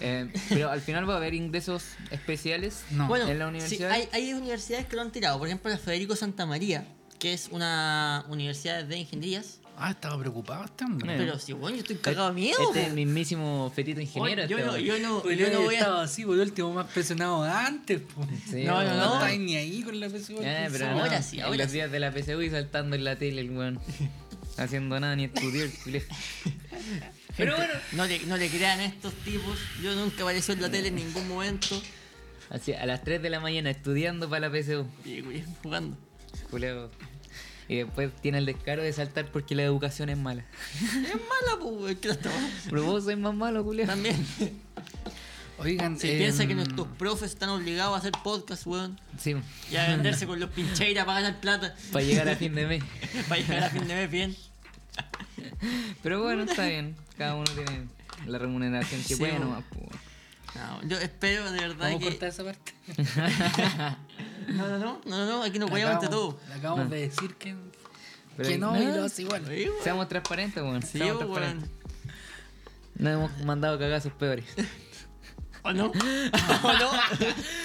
S2: Eh, pero al final va a haber ingresos especiales
S1: No.
S3: bueno,
S2: Ah, en la
S3: sí,
S2: universidad.
S3: hay, hay universidades que lo han tirado. Por ejemplo, la Federico Santa María, que es una universidad de ingenierías.
S1: Ah, estaba preocupado este hombre.
S2: Eh.
S3: Pero si, bueno, yo estoy cagado de miedo.
S2: Este
S3: po.
S2: mismísimo fetito ingeniero.
S3: yo,
S2: este
S3: no,
S2: weón.
S3: yo, no,
S1: Pues
S3: yo no voy a.
S1: estaba así, por último, más presionado antes. po.
S2: Sí,
S3: No, no,
S2: weón.
S1: No
S3: no.
S1: estáis ni ahí con la PSU.
S2: Eh, pero
S3: Ahora
S2: no,
S3: sí,
S2: en
S3: ahora
S2: los
S3: sí.
S2: días de la PSU y saltando en la tele el weón. Haciendo nada ni estudió el culé. Pero bueno.
S3: No le, no le crean a estos tipos. Yo nunca apareció en la tele en ningún momento.
S2: Así, a las 3 de la mañana estudiando para la PSU.
S3: Y güey, jugando.
S2: culeo. Y después tiene el descaro de saltar porque la educación es mala.
S3: Es mala, pues, que las tomas.
S2: Pero vos sois más malo, culeo.
S3: También.
S1: Oigan,
S2: eh,
S3: Si
S1: em,
S3: piensa que nuestros profes están obligados a hacer podcast, weón.
S2: Sí,
S3: Y a venderse con los pincheiras para ganar plata.
S2: para llegar a fin de mes.
S3: Para llegar a fin de mes bien.
S2: Pero bueno, está bien. Cada uno tiene la remuneración que
S3: Sí,
S2: puede
S3: weón.
S2: nomás. po.
S3: No, yo espero de verdad
S1: Vamos a
S3: que.
S1: cortar esa parte.
S3: No, no, no, no, no, aquí nos
S1: La
S3: guayamos entre
S1: acabamos-
S3: todos.
S1: la acabamos de decir que,
S2: Pero
S1: que
S2: ahí-
S1: no, y
S2: no.
S1: lo hace igual.
S3: Sí, weón.
S2: Seamos transparentes, weón.
S3: Sí,
S2: seamos
S3: weón.
S2: transparentes. Nos hemos mandado cagazos peores.
S3: ¿O no? ¿O no?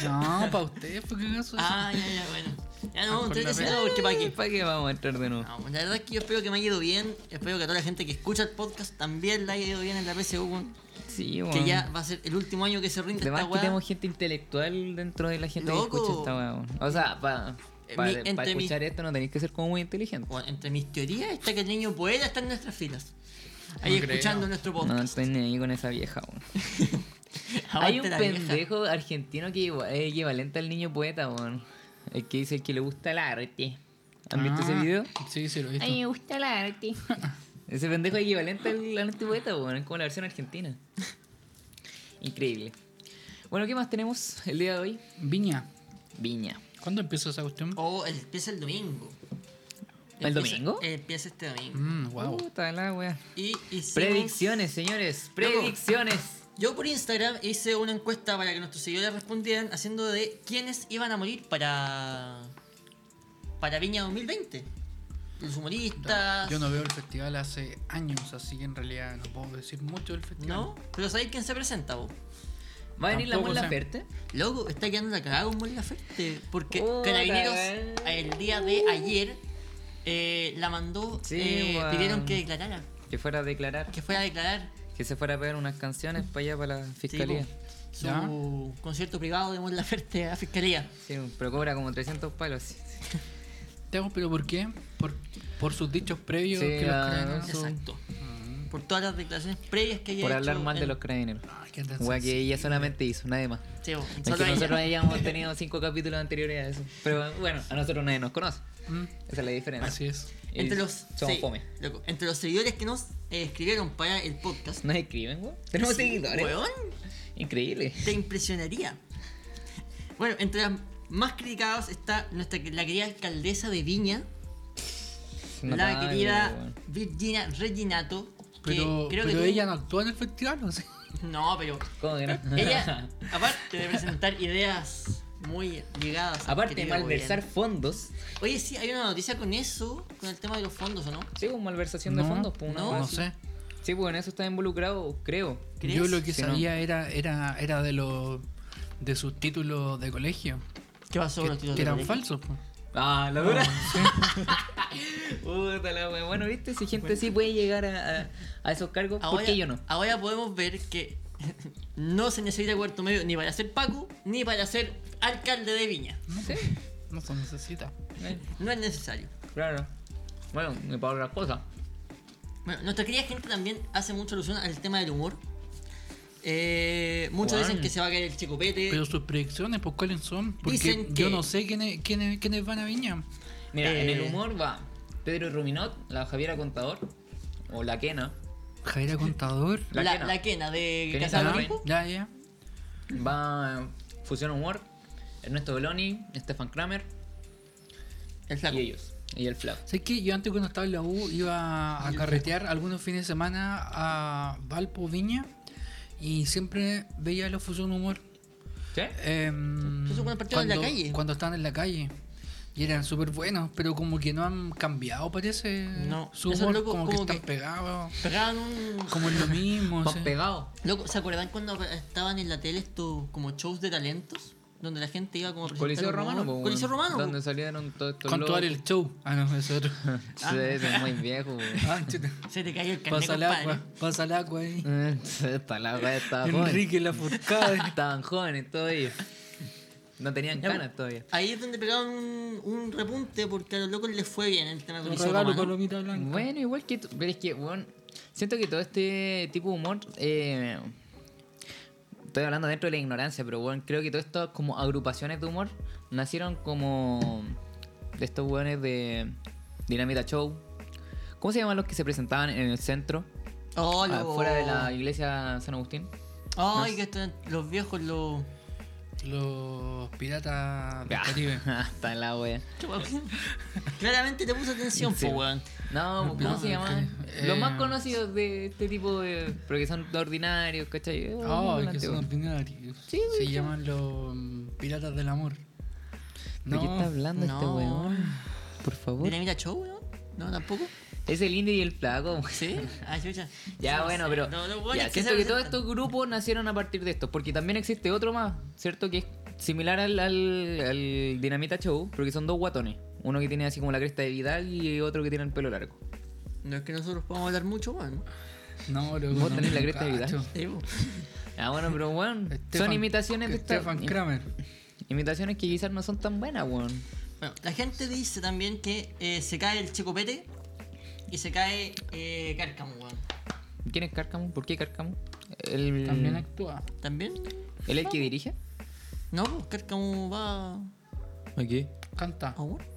S1: No, para ustedes, fue cagazo eso.
S3: Ah, ya, ya, bueno. Ya no,
S1: Con la
S3: ustedes dicen,
S1: pena.
S3: no, porque para
S2: ¿Y
S3: qué.
S2: para qué vamos a entrar de nuevo?
S3: No, la verdad es que yo espero que me haya ido bien. Espero que a toda la gente que escucha el podcast también la haya ido bien en la PSU, weón.
S2: Sí, weón.
S3: Que ya va a ser el último año que se rinde
S2: Además
S3: esta
S2: que
S3: weá.
S2: tenemos gente intelectual dentro de la gente que
S3: Loco.
S2: escucha esta weá. weón. O sea, para
S3: Eh, mi- entre mi-
S2: escuchar esto no tenéis que ser como muy inteligente.
S3: Bueno, entre mis teorías está que el niño poeta está en nuestras filas. Ahí
S1: creo.
S3: escuchando nuestro
S2: No
S3: podcast.
S2: estoy ni ahí con esa vieja, weón. Hay
S3: Aguante
S2: un
S3: la vieja.
S2: pendejo argentino que igua- es equivalente al niño poeta, weón. El que dice que le gusta el arte. ¿Han visto ese
S1: Ah,
S2: video?
S1: Sí, sí, lo he visto.
S2: me gusta el arte. Ese pendejo es equivalente al, al antipoeta, weón. Es como la versión argentina. Increíble. Bueno, ¿qué más tenemos el día de hoy?
S1: Viña,
S2: Viña.
S1: ¿cuándo empezó esa cuestión?
S3: Oh, el- empieza el domingo.
S2: ¿El domingo?
S3: Empieza este domingo.
S1: Mm, wow.
S2: Puta la wea.
S3: Y hicimos-
S2: Predicciones, señores. Predicciones.
S3: Yo por Instagram hice una encuesta para que nuestros seguidores respondieran haciendo de quiénes iban a morir para para Viña 2020. los humoristas.
S1: Yo no veo el festival hace años, así que en realidad no puedo decir mucho del festival.
S3: ¿No? Pero ¿sabéis quién se presenta vos?
S2: ¿Va a venir la
S1: Tampoco
S2: Mon
S1: sé.
S2: Laferte?
S3: Loco, está quedando la cagada con Mon Laferte. Porque
S2: Puta,
S3: Carabineros,
S2: weón.
S3: el día de ayer, eh, la mandó.
S2: Sí,
S3: eh,
S2: weón.
S3: pidieron que declarara.
S2: Que fuera a declarar.
S3: Que fuera a declarar.
S2: Que se fuera a pegar unas canciones para allá, para la
S3: Sí,
S2: fiscalía.
S3: po,
S1: ¿Ya?
S3: Su concierto privado de Mon Laferte a la fiscalía.
S2: Sí, pero cobra como 300 palos. Sí,
S1: Teo, ¿Pero por qué? Por, por sus dichos previos
S2: Sí, ah,
S1: que
S2: la-
S1: los carabineros-
S2: Su-
S3: Exacto. Mm. Por todas las declaraciones previas que haya
S2: Por
S3: hecho
S2: hablar mal de
S3: en-
S2: los carabineros.
S1: Ay, qué tan
S2: Wea que
S1: sensible.
S2: ella solamente hizo, nadie más.
S3: Sí, po,
S2: Es que
S3: solo ella.
S2: nosotros hayamos tenido cinco capítulos anteriores a eso. Pero bueno, a nosotros nadie nos conoce.
S1: Mm,
S2: Esa es la diferencia.
S1: Así es.
S2: Y
S3: Entre los,
S2: Somos
S3: sí,
S2: fome.
S3: loco, entre los seguidores que nos eh, escribieron para el podcast.
S2: Nos escriben, weón. Tenemos
S3: Sí,
S2: seguidores.
S3: weón,
S2: Increíble.
S3: te impresionaría. Bueno, entre las más criticadas está nuestra la querida alcaldesa de Viña, la
S2: Notable,
S3: querida
S2: weón.
S3: Virginia Reginato. que
S1: Pero,
S3: creo que
S1: pero
S3: tuvo-
S1: ella no actúa en el festival, no sé.
S3: No, pero
S2: ¿Cómo que no?
S3: ella, aparte de presentar ideas muy ligadas. al
S2: Aparte de
S3: querido
S2: malversar
S3: gobierno.
S2: fondos.
S3: Oye, sí, hay una noticia con eso, con el tema de los fondos, ¿o no?
S2: Sí, pues malversación de fondos. Pues, una
S1: no,
S2: weá
S1: no
S2: así.
S1: sé.
S2: Sí, pues en eso está involucrado, creo.
S3: ¿Ah, ¿Crees?
S1: Yo lo que
S2: Sí, no.
S1: sabía era, era, era de los de sus títulos de colegio,
S3: ¿Qué pasó con
S1: que,
S3: los títulos
S1: que
S3: de
S1: eran
S3: colegio?
S1: falsos. pues. po.
S2: Ah, la dura. Puta la wea. Bueno, viste, si gente sí puede llegar a, a- a esos cargos, ¿por qué yo no?
S3: Ahora podemos ver que no se necesita cuarto medio ni para ser Paco ni para ser alcalde de Viña.
S2: Sí,
S1: No se necesita.
S2: eh,
S3: No es necesario.
S2: claro. Bueno, ni para otras cosas.
S3: Bueno, nuestra querida gente también hace mucha alusión al tema del humor. Eh, muchos
S2: Juan.
S3: dicen que se va a caer el chicopete.
S1: Pero sus predicciones, pues, ¿cuáles son? Porque
S3: Dicen
S1: yo
S3: que-
S1: no sé quiénes, quiénes, quiénes van a Viña.
S2: Mira, en el
S3: Eh.
S2: humor va Pedro Ruminot, la Javiera Contador, o la Kena.
S1: Jaira Contador.
S2: La
S3: la,
S2: quena.
S3: quena. de
S2: Quenita
S3: Casa
S1: Ya,
S2: Lorenzo.
S3: Olimpo.
S1: ya, ya.
S2: Va eh, Fusión Humor, Ernesto Beloni, Stefan Kramer
S3: El flaco.
S2: y ellos. Y el Flaco.
S1: Sé que yo antes cuando estaba en la U iba a carretear algunos fines de semana a Valpo Viña y siempre veía la fusión humor.
S2: ¿Sí?
S1: Em,
S3: Eso cuando partieron en la calle.
S1: Cuando estaban en la calle. Y eran súper buenos, pero como que no han cambiado, parece.
S3: No,
S1: Su
S3: esos
S1: humor,
S3: locos
S1: como, que
S3: como
S1: están
S3: que-
S1: pegados.
S3: Pegaban un...
S1: Como es lo mismo.
S2: Más
S1: sí.
S2: pegado.
S3: Loco, ¿se acuerdan cuando estaban en la tele estos como shows de talentos? Donde la gente iba como a presentar
S2: Coliseo
S3: humor.
S2: Romano, po,
S3: Coliseo
S2: weón.
S3: Romano. po.
S2: Donde salieron todos estos
S1: Con todo
S2: locos.
S1: el show. Ah, no, eso es otro.
S2: Sí, ese es muy viejo. weón.
S1: Ah, chuta.
S3: Se te cayó el carnet,
S1: Pasa el agua,
S3: compadre.
S1: pasa el agua ahí.
S2: Eh, Esta la weá
S1: Ah,
S2: estaba joven.
S1: Enrique la furcada.
S2: Estaban jóvenes todavía. No tenían canas todavía.
S3: Ahí es donde pegaron un, un repunte porque a los locos les fue bien el tema con
S1: Un
S3: Liceo
S1: regalo
S3: Romano.
S1: palomita blanca.
S2: Bueno, igual que. tú- Pero es que, weón. Siento que todo este tipo de humor. eh, estoy hablando dentro de la ignorancia, pero weón, creo que todas estas como agrupaciones de humor nacieron como. De estos weones de. Dinamita Show. ¿Cómo se llaman los que se presentaban en el centro?
S3: Oh, lo-
S2: Ah, Fuera de la iglesia San Agustín.
S3: Ay, que están los viejos, los.
S1: Los piratas del
S2: Ah,
S1: Caribe.
S2: Hasta la wea.
S3: Claramente te puso atención,
S2: Sí.
S3: po, weón.
S2: No, ¿cómo
S1: No,
S2: se
S1: es
S2: llaman?
S1: que-
S2: Los más
S1: eh,
S2: conocidos de este tipo de. Pero que son ordinarios, ¿cachai? Eh,
S1: Oh,
S2: adelante,
S1: que son
S2: weón.
S1: ordinarios.
S2: Sí,
S1: Se
S2: sí.
S1: llaman los mm, piratas del amor.
S2: ¿De qué está hablando este
S3: no.
S2: weón? Por favor.
S3: ¿Dinamita Show, weón? No, tampoco.
S2: Es el indie y el flaco.
S3: ¿Sí? Ah, chucha.
S2: Ya,
S3: No
S2: bueno,
S3: sé.
S2: pero.
S3: No, los
S2: ya,
S3: weones
S2: siento
S3: se
S2: que todos
S3: presentan.
S2: estos grupos nacieron a partir de esto. Porque también existe otro más, ¿cierto? Que es similar al, al, al Dinamita Show, pero que son dos guatones. Uno que tiene así como la cresta de Vidal y otro que tiene el pelo largo.
S3: No es que nosotros podamos hablar mucho, weón.
S1: No, loco,
S2: Vos
S1: no,
S2: tenés la
S1: no
S2: cresta de Vidal.
S1: cacho.
S3: Sí, po.
S2: Ah, bueno, pero weón.
S1: Estefan-
S2: Son imitaciones de esta-
S1: Stefan Kramer.
S2: Imitaciones que quizás no son tan buenas, weón.
S3: Bueno, la gente dice también que eh, se cae el chicopete y se cae eh, Cárcamo, weón.
S2: ¿Quién es Cárcamo? ¿Por qué Cárcamo? El,
S1: También actúa.
S3: ¿También?
S2: ¿Él es el que dirige?
S3: No, pues Cárcamo va a
S2: ¿A qué?
S1: Canta.
S2: Oh.
S3: humor.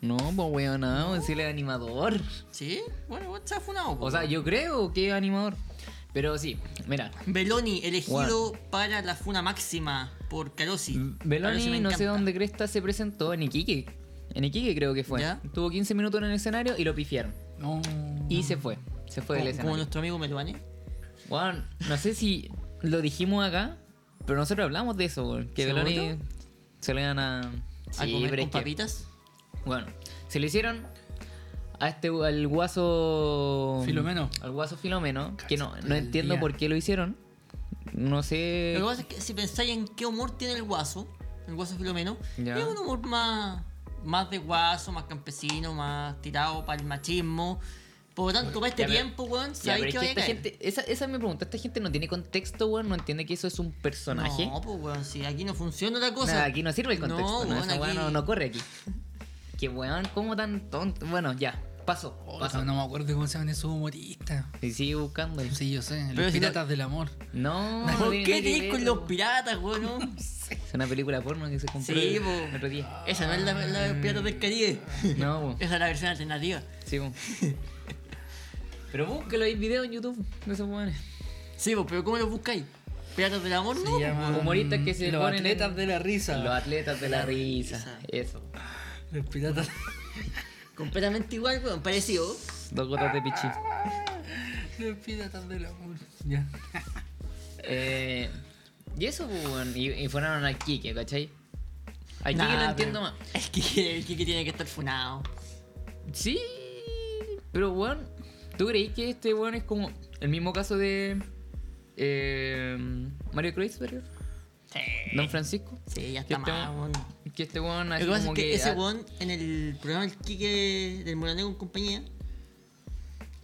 S2: No, pues weón, no, si él es animador.
S3: Sí, bueno, weón, se ha funado, po,
S2: O sea,
S3: weón.
S2: yo creo que es animador. Pero sí, mira.
S3: Beloni, elegido para la funa máxima por Carosi. Carosi me
S2: Beloni, Mm, no sé
S3: encanta.
S2: dónde Cresta se presentó, en Iquique. En Iquique creo que fue.
S3: ¿Ya?
S2: Tuvo 15 minutos en el escenario y lo pifiaron.
S1: No.
S2: Y se fue. Se fue del
S3: Como, como
S2: escenario.
S3: nuestro amigo Meluane.
S2: Weón, no sé si lo dijimos acá, pero nosotros hablamos de eso, weón. Que
S3: ¿Seguro?
S2: Beloni se le dan a.
S3: a
S2: Sí, pero
S3: comer con
S2: es que-
S3: papitas.
S2: Bueno, se le hicieron a este al guaso mm,
S1: Filomeno.
S2: Al guaso Filomeno, que no,
S1: Cachate
S2: no
S1: el
S2: entiendo
S1: día.
S2: por qué lo hicieron. No sé.
S3: Lo que pasa es que si pensáis en qué humor tiene el guaso, el guaso filomeno,
S2: Ya.
S3: es un humor más, más de guaso, más campesino, más tirado para el machismo. Por lo tanto, para este
S2: Ya, pero-
S3: tiempo, weón,
S2: Ya, pero
S3: sabéis
S2: es
S3: que
S2: que
S3: vaya a
S2: esta
S3: caer.
S2: gente, esa, esa es mi pregunta. Esta gente no tiene contexto, weón. No entiende que eso es un personaje.
S3: No, pues weón, si aquí no funciona otra cosa.
S2: Nada, aquí no sirve el
S3: No,
S2: contexto. No,
S3: weón,
S2: esa weá
S3: aquí-
S2: no, no corre aquí. Que weón, ¿cómo tan tonto? Bueno, ya, paso.
S1: Oh,
S2: paso.
S1: no me acuerdo cómo se llaman esos humoristas.
S2: Y sigue buscando.
S1: Sí, yo sé,
S3: Pero
S1: Los
S3: si no-
S1: Piratas del Amor.
S2: No, no
S3: ¿Por
S2: tiene
S3: qué
S2: nada que
S3: tenéis
S2: ver,
S3: con los
S2: weón.
S3: piratas, weón? no?
S2: Es una película porno que se compró
S3: Sí,
S2: el
S3: po.
S2: el otro día.
S3: Esa no es la, la de Piratas del Caribe.
S2: No, po.
S3: Esa es la versión alternativa.
S2: Sí, po. Pero búscalo, hay video en YouTube de esos weones.
S3: Sí, pues, pero ¿cómo lo buscáis? ¿Piratas del amor?
S1: Se
S3: no.
S1: llaman
S2: Oh, humoristas que se
S1: Los
S2: ponen
S1: Atletas
S2: en-
S1: de la Risa.
S2: Los atletas de la risa.
S3: risa.
S2: Eso.
S1: Los Piratas.
S3: Completamente igual, weón, parecido.
S2: Dos gotas de pichí.
S1: los Piratas del Amor. Ya.
S2: Eh, y eso, pues, weón. Y, y fueron al Kike, ¿cachai? Al Kike
S3: Nah,
S2: lo entiendo
S3: pero-
S2: más.
S3: Es que el Kiki tiene que estar funado.
S2: Sí, pero weón, ¿tú creís que este weón es como el mismo caso de eh, Mario Kreuzberger?
S3: Sí.
S2: Don Francisco.
S3: Sí, ya
S2: Que
S3: está
S2: este
S3: mal,
S2: weón-
S3: weón.
S2: Que este weón
S3: Lo
S2: así
S3: que pasa es
S2: como
S3: que, ese
S2: ah,
S3: weón en el programa El Kike del Moraneo con compañía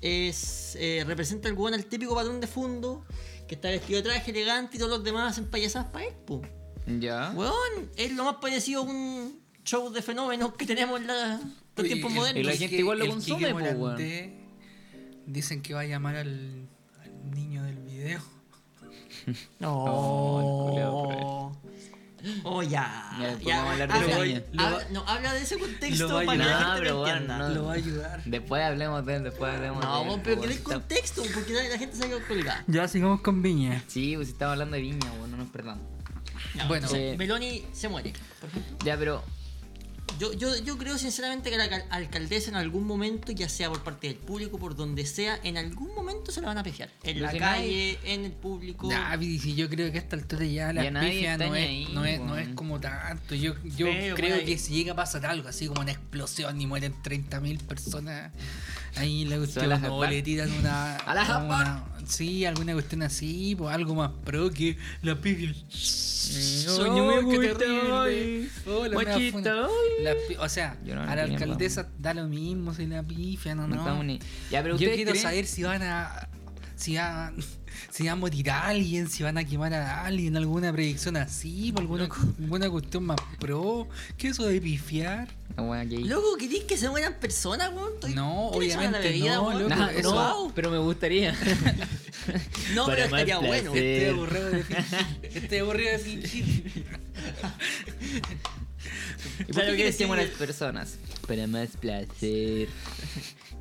S3: es, eh, representa al weón al típico patrón de fondo que está vestido de traje elegante y todos los demás hacen payasadas para él, po.
S2: Ya.
S3: Weón, es lo más parecido a un show de fenómenos que tenemos en la- los
S1: Oye,
S3: tiempos
S1: el-
S3: modernos.
S2: y la
S1: pues, el
S2: gente
S1: Quique-
S2: igual lo
S1: el
S2: consume, pues,
S1: Quique
S2: po, weón.
S1: Morandé Dicen que va a llamar al, al niño del video.
S3: No.
S2: Oh, el culiao,
S3: Oh, ya. Ah,
S2: Ya, después vamos a hablar de
S3: habla,
S2: esa niña.
S3: habla- no, habla de ese contexto
S1: lo va a
S3: para que la
S2: ayudar.
S3: gente
S2: No, ah, pero
S3: lo entienda.
S2: bueno,
S1: Lo va a ayudar.
S2: Después hablemos de él, después hablemos de
S3: No,
S2: él.
S3: vos, pero
S2: po,
S3: que dé
S2: si está-
S3: contexto, porque la, la gente se ha quedado colgada.
S1: Ya sigamos con Viña.
S2: Sí, pues si estamos hablando de viña, weón, no nos perdamos.
S3: Ya,
S1: Bueno.
S3: entonces,
S2: Sí.
S3: Meloni se muere. por ejemplo.
S2: Ya, pero
S3: Yo, yo, yo creo sinceramente que la cal- alcaldesa en algún momento, ya sea por parte del público, por donde sea, en algún momento se la van a pejear. En
S2: Pero
S3: la
S2: si
S3: calle, en el público.
S1: Nah, pero si yo creo que a esta altura ya la
S2: Ya nadie
S1: pifia
S2: está
S1: no
S2: ni
S1: es,
S2: ahí,
S1: no, es, no
S2: weón.
S1: es como tanto. Yo, yo
S3: Pero,
S1: creo
S3: weón.
S1: que si llega a pasar algo, así como una explosión y mueren 30.000 personas, ahí la cuestión
S2: las
S1: no,
S2: Akbar.
S1: le tiran una.
S2: A las
S1: como una- Sí, alguna cuestión así, pues algo más pro que la pifia.
S2: me
S1: qué
S2: gusta,
S1: terrible.
S2: ay.
S1: Oh, la mea
S2: Machista,
S1: funa.
S2: ay.
S1: La pi- O sea,
S2: Yo no
S1: a la
S2: entiendo,
S1: alcaldesa da lo mismo si la pifia, no,
S2: no
S1: no.
S2: estamos ni. Ya, pero
S1: Yo
S2: ustedes
S1: quiero
S2: creen-
S1: saber si van a. Si van, si va a morir alguien, si van a quemar a alguien, alguna predicción así, por alguna, cu- alguna cuestión más pro. ¿Qué es eso de pifiar?
S2: La weá que hay.
S3: Loco, ¿querís que se mueran personas, weón? Estoy-
S1: No,
S3: ¿qué le echan a la
S1: obviamente no,
S3: weón?
S1: loco,
S2: Nah,
S1: eso-
S2: no, pero me gustaría.
S3: No,
S2: Para
S3: pero
S2: más
S3: estaría bueno.
S2: placer.
S1: Estoy
S2: Eh.
S1: aburrido de fingir. Estoy aburrido de fingir.
S2: ¿Y por
S3: Claro
S2: qué
S3: que
S2: quieres que
S3: sí.
S2: mueran las personas? Para más placer.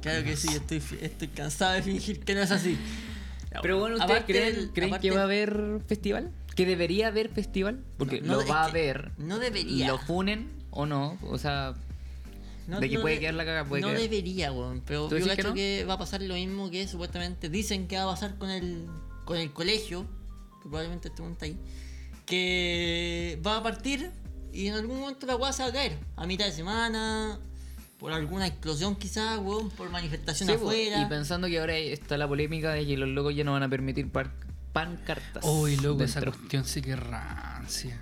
S3: Claro que sí, estoy, estoy cansado de fingir que no es así.
S2: Pero bueno, ¿ustedes
S3: Aparte
S2: creen,
S3: del-
S2: creen
S3: aparte-
S2: que va a haber festival? ¿Que debería haber festival? Porque
S3: No,
S2: lo
S3: es
S2: va a
S3: que
S2: haber.
S3: no debería.
S2: Lo funen o no. O sea,
S3: No-
S2: de que
S3: no
S2: puede
S3: de-
S2: quedar la caga, puede
S3: No
S2: quedar.
S3: debería, weón. Pero
S2: ¿Tú
S3: yo
S2: decís que
S3: cacho que,
S2: no?
S3: va a pasar lo mismo que supuestamente dicen que va a pasar con el, con el colegio. que probablemente este weón está ahí. Que va a partir y en algún momento la weá se va a caer. A mitad de semana, por alguna explosión quizás, weón. Por manifestación
S2: sí, po,
S3: afuera.
S2: y pensando que ahora está la polémica de que los locos ya no van a permitir par- pancartas.
S1: Uy, loco, esa
S2: dentro.
S1: cuestión sí que rancia.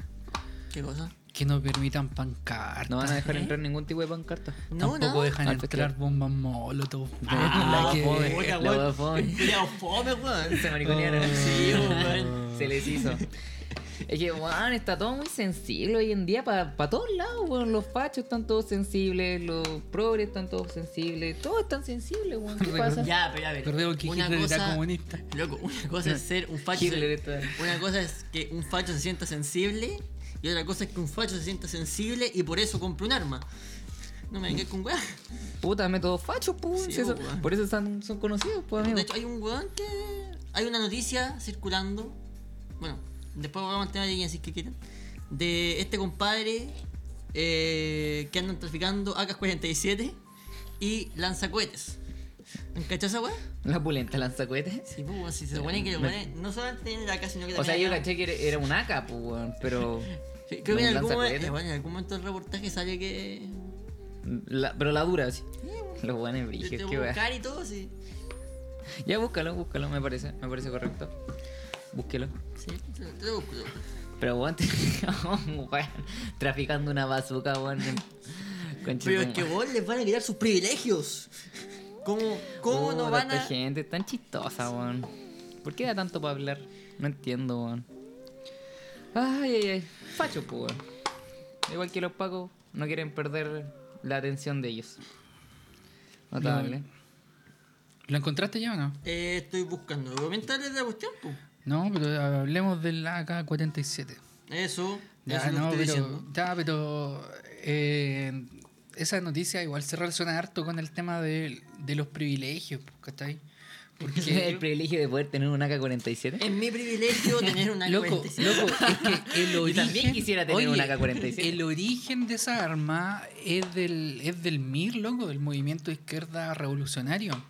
S3: ¿Qué cosa?
S1: Que no permitan pancartas.
S2: No van a Ah, dejar
S3: ¿Eh?
S2: entrar ningún tipo de pancarta.
S3: No,
S1: Tampoco
S3: no.
S1: dejan
S2: Al
S1: entrar
S2: festival.
S1: bombas molotov.
S3: Ah,
S1: La que-
S2: fome,
S3: puta,
S2: la
S3: weón.
S2: fome.
S3: La fome, weón.
S2: Se mariconearon.
S3: Sí, weón.
S2: Se les hizo. Es que, weón, está todo muy sensible hoy en día para todos lados, weón. Los fachos están todos sensibles, los progres están todos sensibles, todos están sensibles, weón. ¿Qué pasa?
S3: Ya, pero a ver.
S1: Perdemos que
S3: una
S1: Hitler era
S3: cosa-
S1: comunista.
S3: Loco, una cosa es ser un facho.
S2: Hitler está-
S3: Una cosa es que un facho se sienta sensible y otra cosa es que un facho se sienta sensible y por eso compre un arma. No me vengas con weá.
S2: Puta, método facho, pues.
S3: Sí,
S2: si eso-
S3: weón.
S2: por eso están, son conocidos, pues, amigo.
S3: De hecho, hay un weón que. Hay una noticia circulando. Bueno, después vamos al tema de ella, si es que quieren. De este compadre eh, que andan traficando AK-47 y lanzacohetes. ¿Han cachado esa weá?
S2: La pulenta lanzacohetes.
S3: Sí, pues, si se supone que lo ponen. No solamente tienen la AK, sino que
S2: O sea, yo
S3: también.
S2: caché que era- era un AK, pues, weón, pero.
S3: Sí, creo que en
S2: Un
S3: algún, momento,
S2: lanzacohetes.
S3: bueno, en algún momento del reportaje sale que.
S2: La- pero la dura, así.
S3: Eh,
S2: Los buenos
S3: Yo
S2: brillos,
S3: te
S2: qué
S3: voy a
S2: weá.
S3: buscar y todo, sí.
S2: Ya búscalo, búscalo, me parece, me parece correcto. Búsquelo.
S3: Sí, te, te lo pues, busco. te lo busco.
S2: Pero weón, te- weón, traficando una bazooka, weón. en- concha
S3: Pero
S2: tu
S3: es que
S2: madre.
S3: vos les van a quitar sus privilegios. ¿Cómo, cómo no
S2: Puta,
S3: van
S2: esta
S3: a.?
S2: gente es tan chistosa, weón. ¿Por qué da tanto para hablar? No entiendo, weón. Ay, ay, ay. Facho, pues, weón. Igual que los pacos, no quieren perder la atención de ellos. Notable.
S1: ¿Lo encontraste ya o no?
S3: Eh, estoy buscando. Comentarles de la cuestión, pues? po.
S1: No, pero hablemos del AK-47.
S3: Eso.
S1: Ya,
S3: eso es lo
S1: no,
S3: que
S1: pero,
S3: estoy diciendo.
S1: ya, pero eh, esa noticia igual se relaciona harto con el tema de, de los privilegios, pues, ¿cachai? Porque,
S2: El privilegio de poder tener un AK-47.
S3: Es mi privilegio tener una
S1: loco, loco,
S3: cuenta.
S1: es que el
S2: Y
S1: origen...
S2: también quisiera tener un AK-47.
S1: El origen de esa arma es del, es del MIR, loco, del Movimiento Izquierda Revolucionario.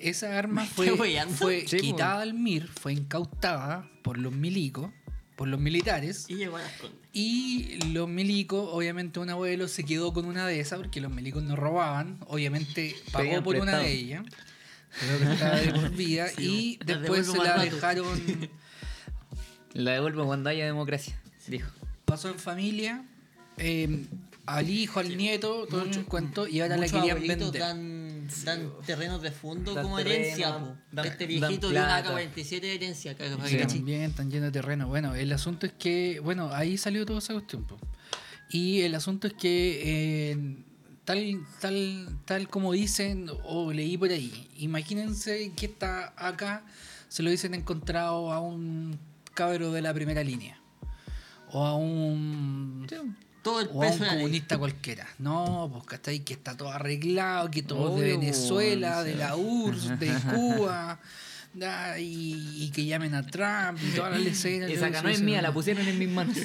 S1: Esa arma fue,
S3: estás weyando?
S1: fue
S2: Sí, po.
S1: quitada al MIR, fue incautada por los milicos, por los militares.
S3: Y llegó a las condes.
S1: Y los milicos, obviamente un abuelo se quedó con una de esas porque los milicos no robaban, obviamente pagó
S2: Pedían
S1: por una
S2: prestado.
S1: de ellas, creo que estaba de por vida,
S3: Sí,
S1: y
S3: las
S1: después se
S3: devuelvo
S1: la
S3: más rato.
S1: dejaron,
S2: La devuelvo cuando haya democracia, dijo.
S1: pasó en familia, eh, al hijo, al nieto, todo el cuento, y ahora la
S3: Muchos
S1: querían
S3: abuelitos
S1: vender.
S3: Dan, dan terrenos de fondo
S2: Dan
S3: como herencia,
S2: terreno,
S3: po.
S2: dan-
S3: Este
S2: dan
S3: viejito dio una
S2: plata.
S3: AK-47 de herencia. caga, para
S1: Sí,
S3: que cachen.
S1: también están llenos de terreno. Bueno, el asunto es que, bueno, ahí salió todo ese cuestión. po. Y el asunto es que, eh, tal, tal, tal como dicen, o leí por ahí, imagínense que está acá, se lo dicen encontrado a un cabro de la primera línea. O a un
S3: Todo el
S1: o
S2: Pues,
S1: a un
S3: peso de la ley.
S1: comunista cualquiera. No, pues ¿cachai? Que está todo arreglado, que todo es de
S2: Obvio,
S1: Venezuela,
S2: weón,
S1: de
S2: sí.
S1: la URSS, de Cuba, da, y, y que llamen a Trump y todas las escenas.
S2: Esa acá no es mía, la pusieron en mis manos.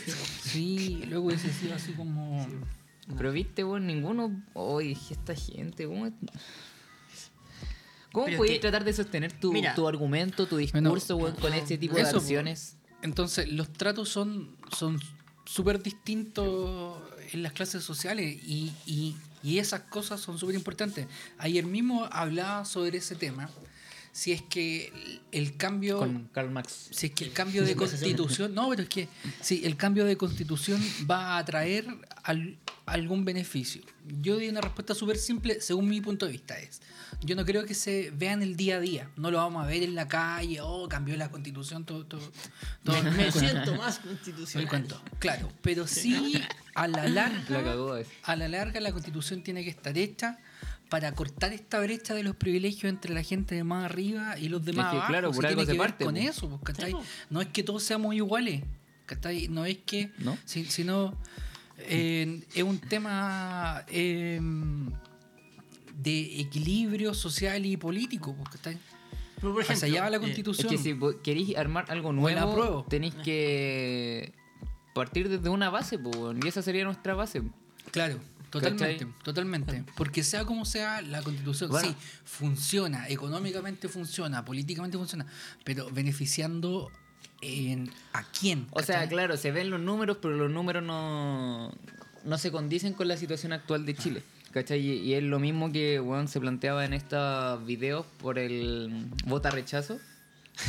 S1: Sí, luego hubiese sido así como.
S2: Pero viste, vos, ninguno. Oye, esta gente, ¿cómo es? ¿Cómo
S3: Pero es
S2: podías
S3: que-
S2: tratar de sostener tu,
S3: Mira.
S2: tu argumento, tu
S1: Bueno,
S2: discurso, weón, con este tipo
S1: eso,
S2: de acciones?
S1: Entonces, los tratos son son súper distintos en las clases sociales y, y- y esas cosas son súper importantes. Ayer mismo hablaba sobre ese tema. Si es que el- el cambio
S2: Con Karl Marx.
S1: si es que el cambio de constitución, no, pero es que si el cambio de constitución va a traer al- algún beneficio. Yo di una respuesta súper simple, según mi punto de vista es, yo no creo que se vea en el día a día, no lo vamos a ver en la calle, oh, cambió la constitución, todo, todo, todo el
S3: Me
S1: cuento,
S3: siento más
S1: todo el
S3: constitucional.
S1: cuento. Claro, pero sí a la larga
S2: La cagó ese.
S1: a la larga la constitución tiene que estar hecha para cortar esta brecha de los privilegios entre la gente de más arriba y los de
S2: Es
S1: más
S2: que,
S1: abajo.
S2: claro,
S1: si
S2: por algo
S1: tiene
S2: se
S1: que ver
S2: parte,
S1: con
S2: po.
S1: eso, pues, ¿cachai?
S3: Sí, po.
S1: No es que todos seamos iguales, ¿cachai? No es que,
S2: ¿No?
S1: si- sino eh, es un tema eh, de equilibrio social y político, pues, ¿cachai?
S3: Pero, por ejemplo,
S1: Hacia allá va la
S3: eh,
S1: constitución.
S2: Es que si vos queréis armar algo
S1: Me la
S2: nuevo,
S1: apruebo.
S2: tenéis que partir desde una base, po, weón, y esa sería nuestra base.
S1: Claro, totalmente,
S2: ¿Cachai?
S1: totalmente. Porque sea como sea, la constitución
S2: Bueno.
S1: sí funciona, económicamente funciona, políticamente funciona, pero beneficiando en, a quién.
S2: O sea,
S1: ¿cachai?
S2: claro, se ven los números, pero los números no, no se condicen con la situación actual de Chile.
S3: Ah.
S2: ¿Cachai? Y, y es lo mismo que weón, se planteaba en estos videos por el mm, vota rechazo.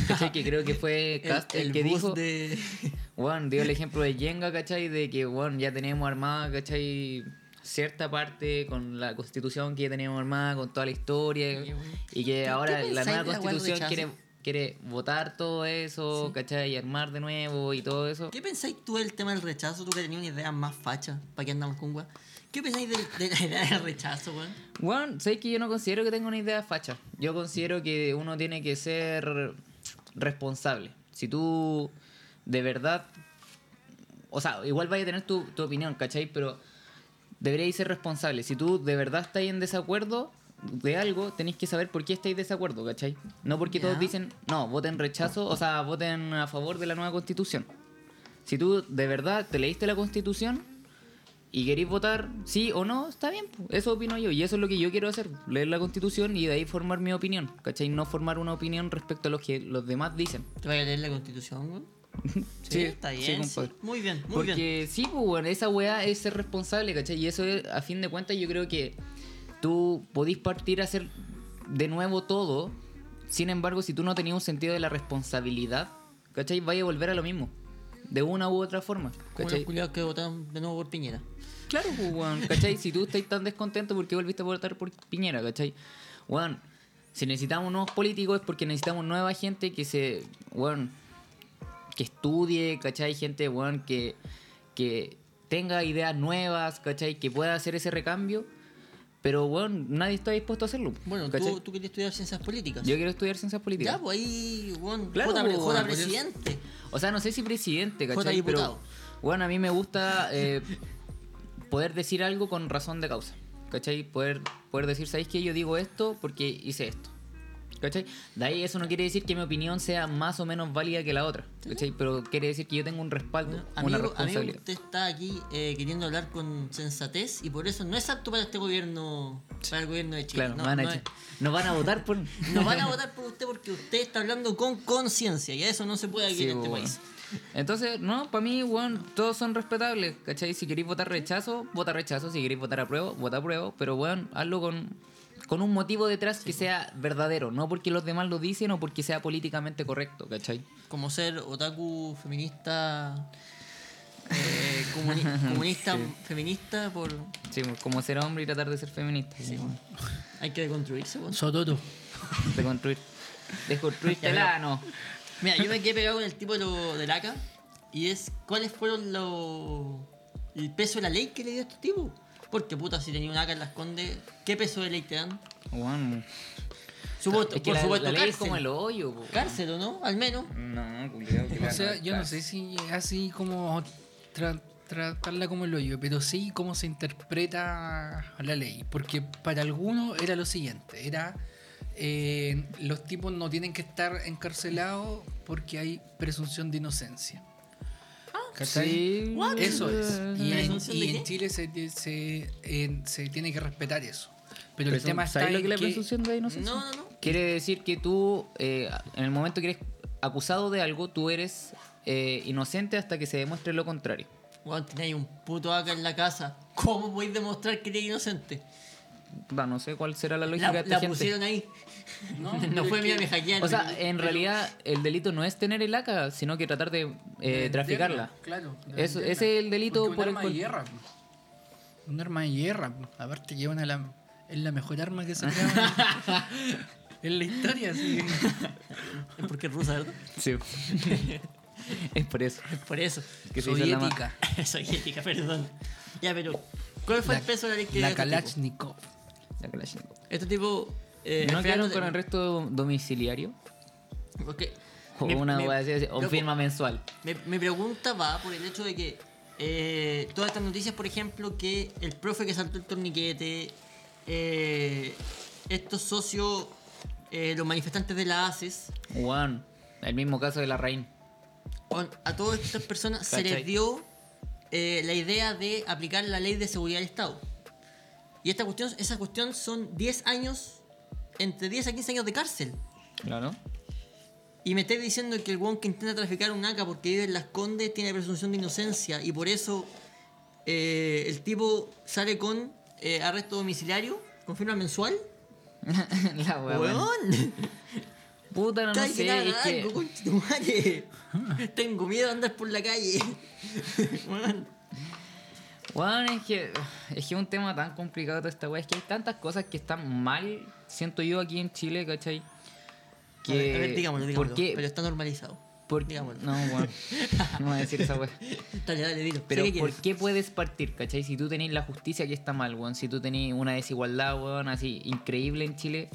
S2: ¿Cachai? Que creo que fue
S3: el-
S2: Cast el,
S3: el
S2: que
S3: bus
S2: dijo.
S3: de-
S2: Weón, dio el ejemplo de Yenga, ¿cachai? De que weón, ya tenemos armada, ¿cachai? Cierta parte con la constitución que ya teníamos armada, con toda la historia.
S3: Qué bueno.
S2: Y que
S3: ¿Qué-
S2: ahora
S3: qué
S2: la
S3: pensáis
S2: nueva
S3: de la weá
S2: constitución
S3: rechazo?
S2: quiere, quiere votar todo eso, ¿cachai? Y armar de nuevo y todo eso.
S3: ¿Qué pensáis tú del tema del rechazo? Tú que tenías una idea más facha, ¿para qué andamos con weá? ¿Qué pensáis del- de la idea del rechazo, weón?
S2: Bueno, sé que yo no considero que tenga una idea facha. Yo considero que uno tiene que ser responsable. Si tú de verdad. O sea, igual vaya a tener tu, tu opinión, ¿cachai? Pero deberíais ser responsable. Si tú de verdad estáis en desacuerdo de algo, tenéis que saber por qué estáis de desacuerdo, ¿cachai? No porque
S3: Ya.
S2: todos dicen, no, voten rechazo, o sea, voten a favor de la nueva constitución. Si tú de verdad te leíste la constitución, y queréis votar sí o no, está bien, po. eso opino yo. Y eso es lo que yo quiero hacer, leer la constitución y de ahí formar mi opinión, ¿cachai? No formar una opinión respecto a lo que los demás dicen.
S3: ¿Te vas a leer la constitución, weón?
S2: Sí,
S3: está
S2: sí,
S3: bien. sí.
S2: compadre.
S3: Muy bien, muy bien.
S2: Porque sí, pues, bueno, esa weá es ser responsable, ¿cachai? Y eso es, a fin de cuentas yo creo que tú podís partir a hacer de nuevo todo. Sin embargo, si tú no tenías un sentido de la responsabilidad, ¿cachai? Vaya a volver a lo mismo. De una u otra forma.
S3: Como los
S2: ¿Cachai?
S3: culiados que votaron de nuevo por Piñera.
S2: Claro, pues, weón, ¿cachai? Si tú estás tan descontento, ¿por qué volviste a votar por Piñera, cachai? Weón, si necesitamos nuevos políticos es porque necesitamos nueva gente que se, weón, que estudie, cachai, gente, weón, que, que tenga ideas nuevas, cachai, que pueda hacer ese recambio, pero, weón, nadie está dispuesto a hacerlo.
S3: Bueno,
S2: ¿cachai?
S3: tú, tú querías estudiar ciencias políticas.
S2: Yo quiero estudiar ciencias políticas.
S3: Ya, pues ahí, weón.
S2: Claro,
S3: Jota,
S2: pues,
S3: Jota
S2: weón, por eso.
S3: presidente.
S2: O sea, no sé si presidente, ¿cachai?
S3: Jota
S2: Pero,
S3: diputado.
S2: bueno, a mí me gusta eh, poder decir algo con razón de causa, ¿cachai? Poder, poder decir, ¿sabéis qué? Yo digo esto porque hice esto, ¿cachai? De ahí eso no quiere decir que mi opinión sea más o menos válida que la otra, ¿cachai? Pero quiere decir que yo tengo un respaldo,
S3: Bueno,
S2: una
S3: amigo, amigo,
S2: responsabilidad.
S3: usted está aquí eh, queriendo hablar con sensatez y por eso no es apto para este gobierno, para el gobierno de Chile.
S2: Claro,
S3: no,
S2: van a
S3: no
S2: echar-
S3: es-
S2: nos van a votar por...
S3: Nos van a votar por usted porque usted está hablando con conciencia y a eso no se puede aquí
S2: Sí, pues,
S3: en este
S2: weón.
S3: país.
S2: Entonces, no, para mí, weón, todos son respetables, ¿cachai? Si queréis votar rechazo, vota rechazo. Si queréis votar apruebo, vota apruebo. Pero, weón, hazlo con, con un motivo detrás que sea verdadero. No porque los demás lo dicen o porque sea políticamente correcto, ¿cachai?
S3: Como ser otaku feminista, eh, comuni- comunista, feminista, por
S2: Sí, pues, como ser hombre y tratar de ser feminista. weón.
S3: hay que deconstruirse. weón.
S1: Sototo.
S2: De construir. De construirte la no.
S3: Mira, yo me quedé pegado con el tipo de, lo, de laca y es cuáles fueron los el peso de la ley que le dio a estos tipos. Porque puta, si tenía un AK en las condes, ¿qué peso de ley te dan?
S2: Weón.
S3: Supuesto,
S2: Es que
S3: por
S2: la,
S3: supuesto,
S2: la ley
S3: cárcel.
S2: es como el hoyo, weón.
S3: Cárcel, ¿o no? Al menos.
S2: No, culiao, que
S1: O
S2: la-
S1: sea, yo no
S2: la-
S1: sé si así como tra- tratarla como el hoyo, pero sí cómo se interpreta la ley. Porque para algunos era lo siguiente, era eh, los tipos no tienen que estar encarcelados porque hay presunción de inocencia. ¿Cachai?
S2: Ah, Sí.
S3: What?
S1: Eso es. Y en,
S3: ¿Presunción
S1: y
S3: de
S1: en
S3: qué?
S1: Chile se, se- en- se tiene que respetar eso. Pero el
S2: Presun-
S1: tema está
S2: ¿Sabes lo
S1: en
S2: que es la
S1: que-
S2: presunción de inocencia?
S3: No, no, no.
S2: Quiere decir que tú, eh, en el momento que eres acusado de algo, tú eres eh, inocente hasta que se demuestre lo contrario.
S3: Weón, tenéis un puto AK en la casa. ¿Cómo podéis demostrar que eres inocente?
S2: Va, no sé cuál será la lógica
S3: La,
S2: de esta
S3: la
S2: gente.
S3: pusieron ahí.
S1: No,
S3: No,
S1: pero
S3: fue
S1: es
S3: mía,
S1: que-
S3: me hackearon.
S2: O sea, en realidad el delito no es tener el ACA, sino que tratar de eh,
S1: De
S2: traficarla.
S1: venderla, Claro. de
S2: Eso-
S1: venderla.
S2: ese es el delito
S1: Porque un
S2: por el
S1: arma
S2: cual-
S1: de guerra. po. Un arma de guerra. po. Aparte llevan a la... Es la mejor arma que se ha creado en- en la historia. Así. que-
S3: Es porque es rusa, ¿verdad?
S2: Sí. es por eso.
S3: Es por eso.
S2: Que se hizo la ma-
S1: Soviética.
S3: Soy ética, perdón. Ya, pero. ¿Cuál fue
S1: La,
S3: el peso de la ley que
S1: la
S3: dio a este tipo?
S1: Kalashnikov.
S2: la Kalashnikov.
S3: Este tipo. Eh,
S2: ¿No quedaron
S3: Fernando-
S2: con el resto domiciliario?
S3: Porque
S2: O
S3: mi-
S2: una
S3: mi-
S2: wea así, así, o
S3: loco,
S2: firma mensual.
S3: mi- mi pregunta va por el hecho de que eh, todas estas noticias, por ejemplo, que el profe que saltó el torniquete, eh, estos socios, eh, los manifestantes de la ACES,
S2: Juan, el mismo caso de la reina.
S3: on- a todas estas personas se
S2: ¿Cachai?
S3: les dio eh, la idea de aplicar la ley de seguridad del Estado. Y esta cuestión, esa cuestión son 10 años, entre 10 a 15 años de cárcel.
S2: Claro.
S3: Y me estáis diciendo que el weón que intenta traficar un AK porque vive en Las Condes tiene presunción de inocencia y por eso eh, el tipo sale con eh, arresto domiciliario, con firma mensual.
S2: la wea. buena.
S3: ¡Weón!
S2: Puta, no, no
S3: Cállate
S2: sé. Es
S3: nada,
S2: que...
S3: algo, conchetumare. Tengo miedo de andar por la calle. Weón.
S2: Weón, es que es que es un tema tan complicado toda esta weá. Es que hay tantas cosas que están mal, siento yo, aquí en Chile, ¿cachai? Que,
S3: A ver, a ver, digámoslo, digámoslo.
S2: ¿Por qué?
S3: Pero está normalizado.
S2: por-
S3: digámoslo.
S2: No, weón. No voy a decir esa weá.
S3: Dale, dale, dilo. Sé
S2: Pero
S3: que
S2: ¿por
S3: quieres.
S2: qué puedes partir, cachai? Si tú tenés la justicia que está mal, weón. Si tú tenés una desigualdad, weón, así increíble en Chile.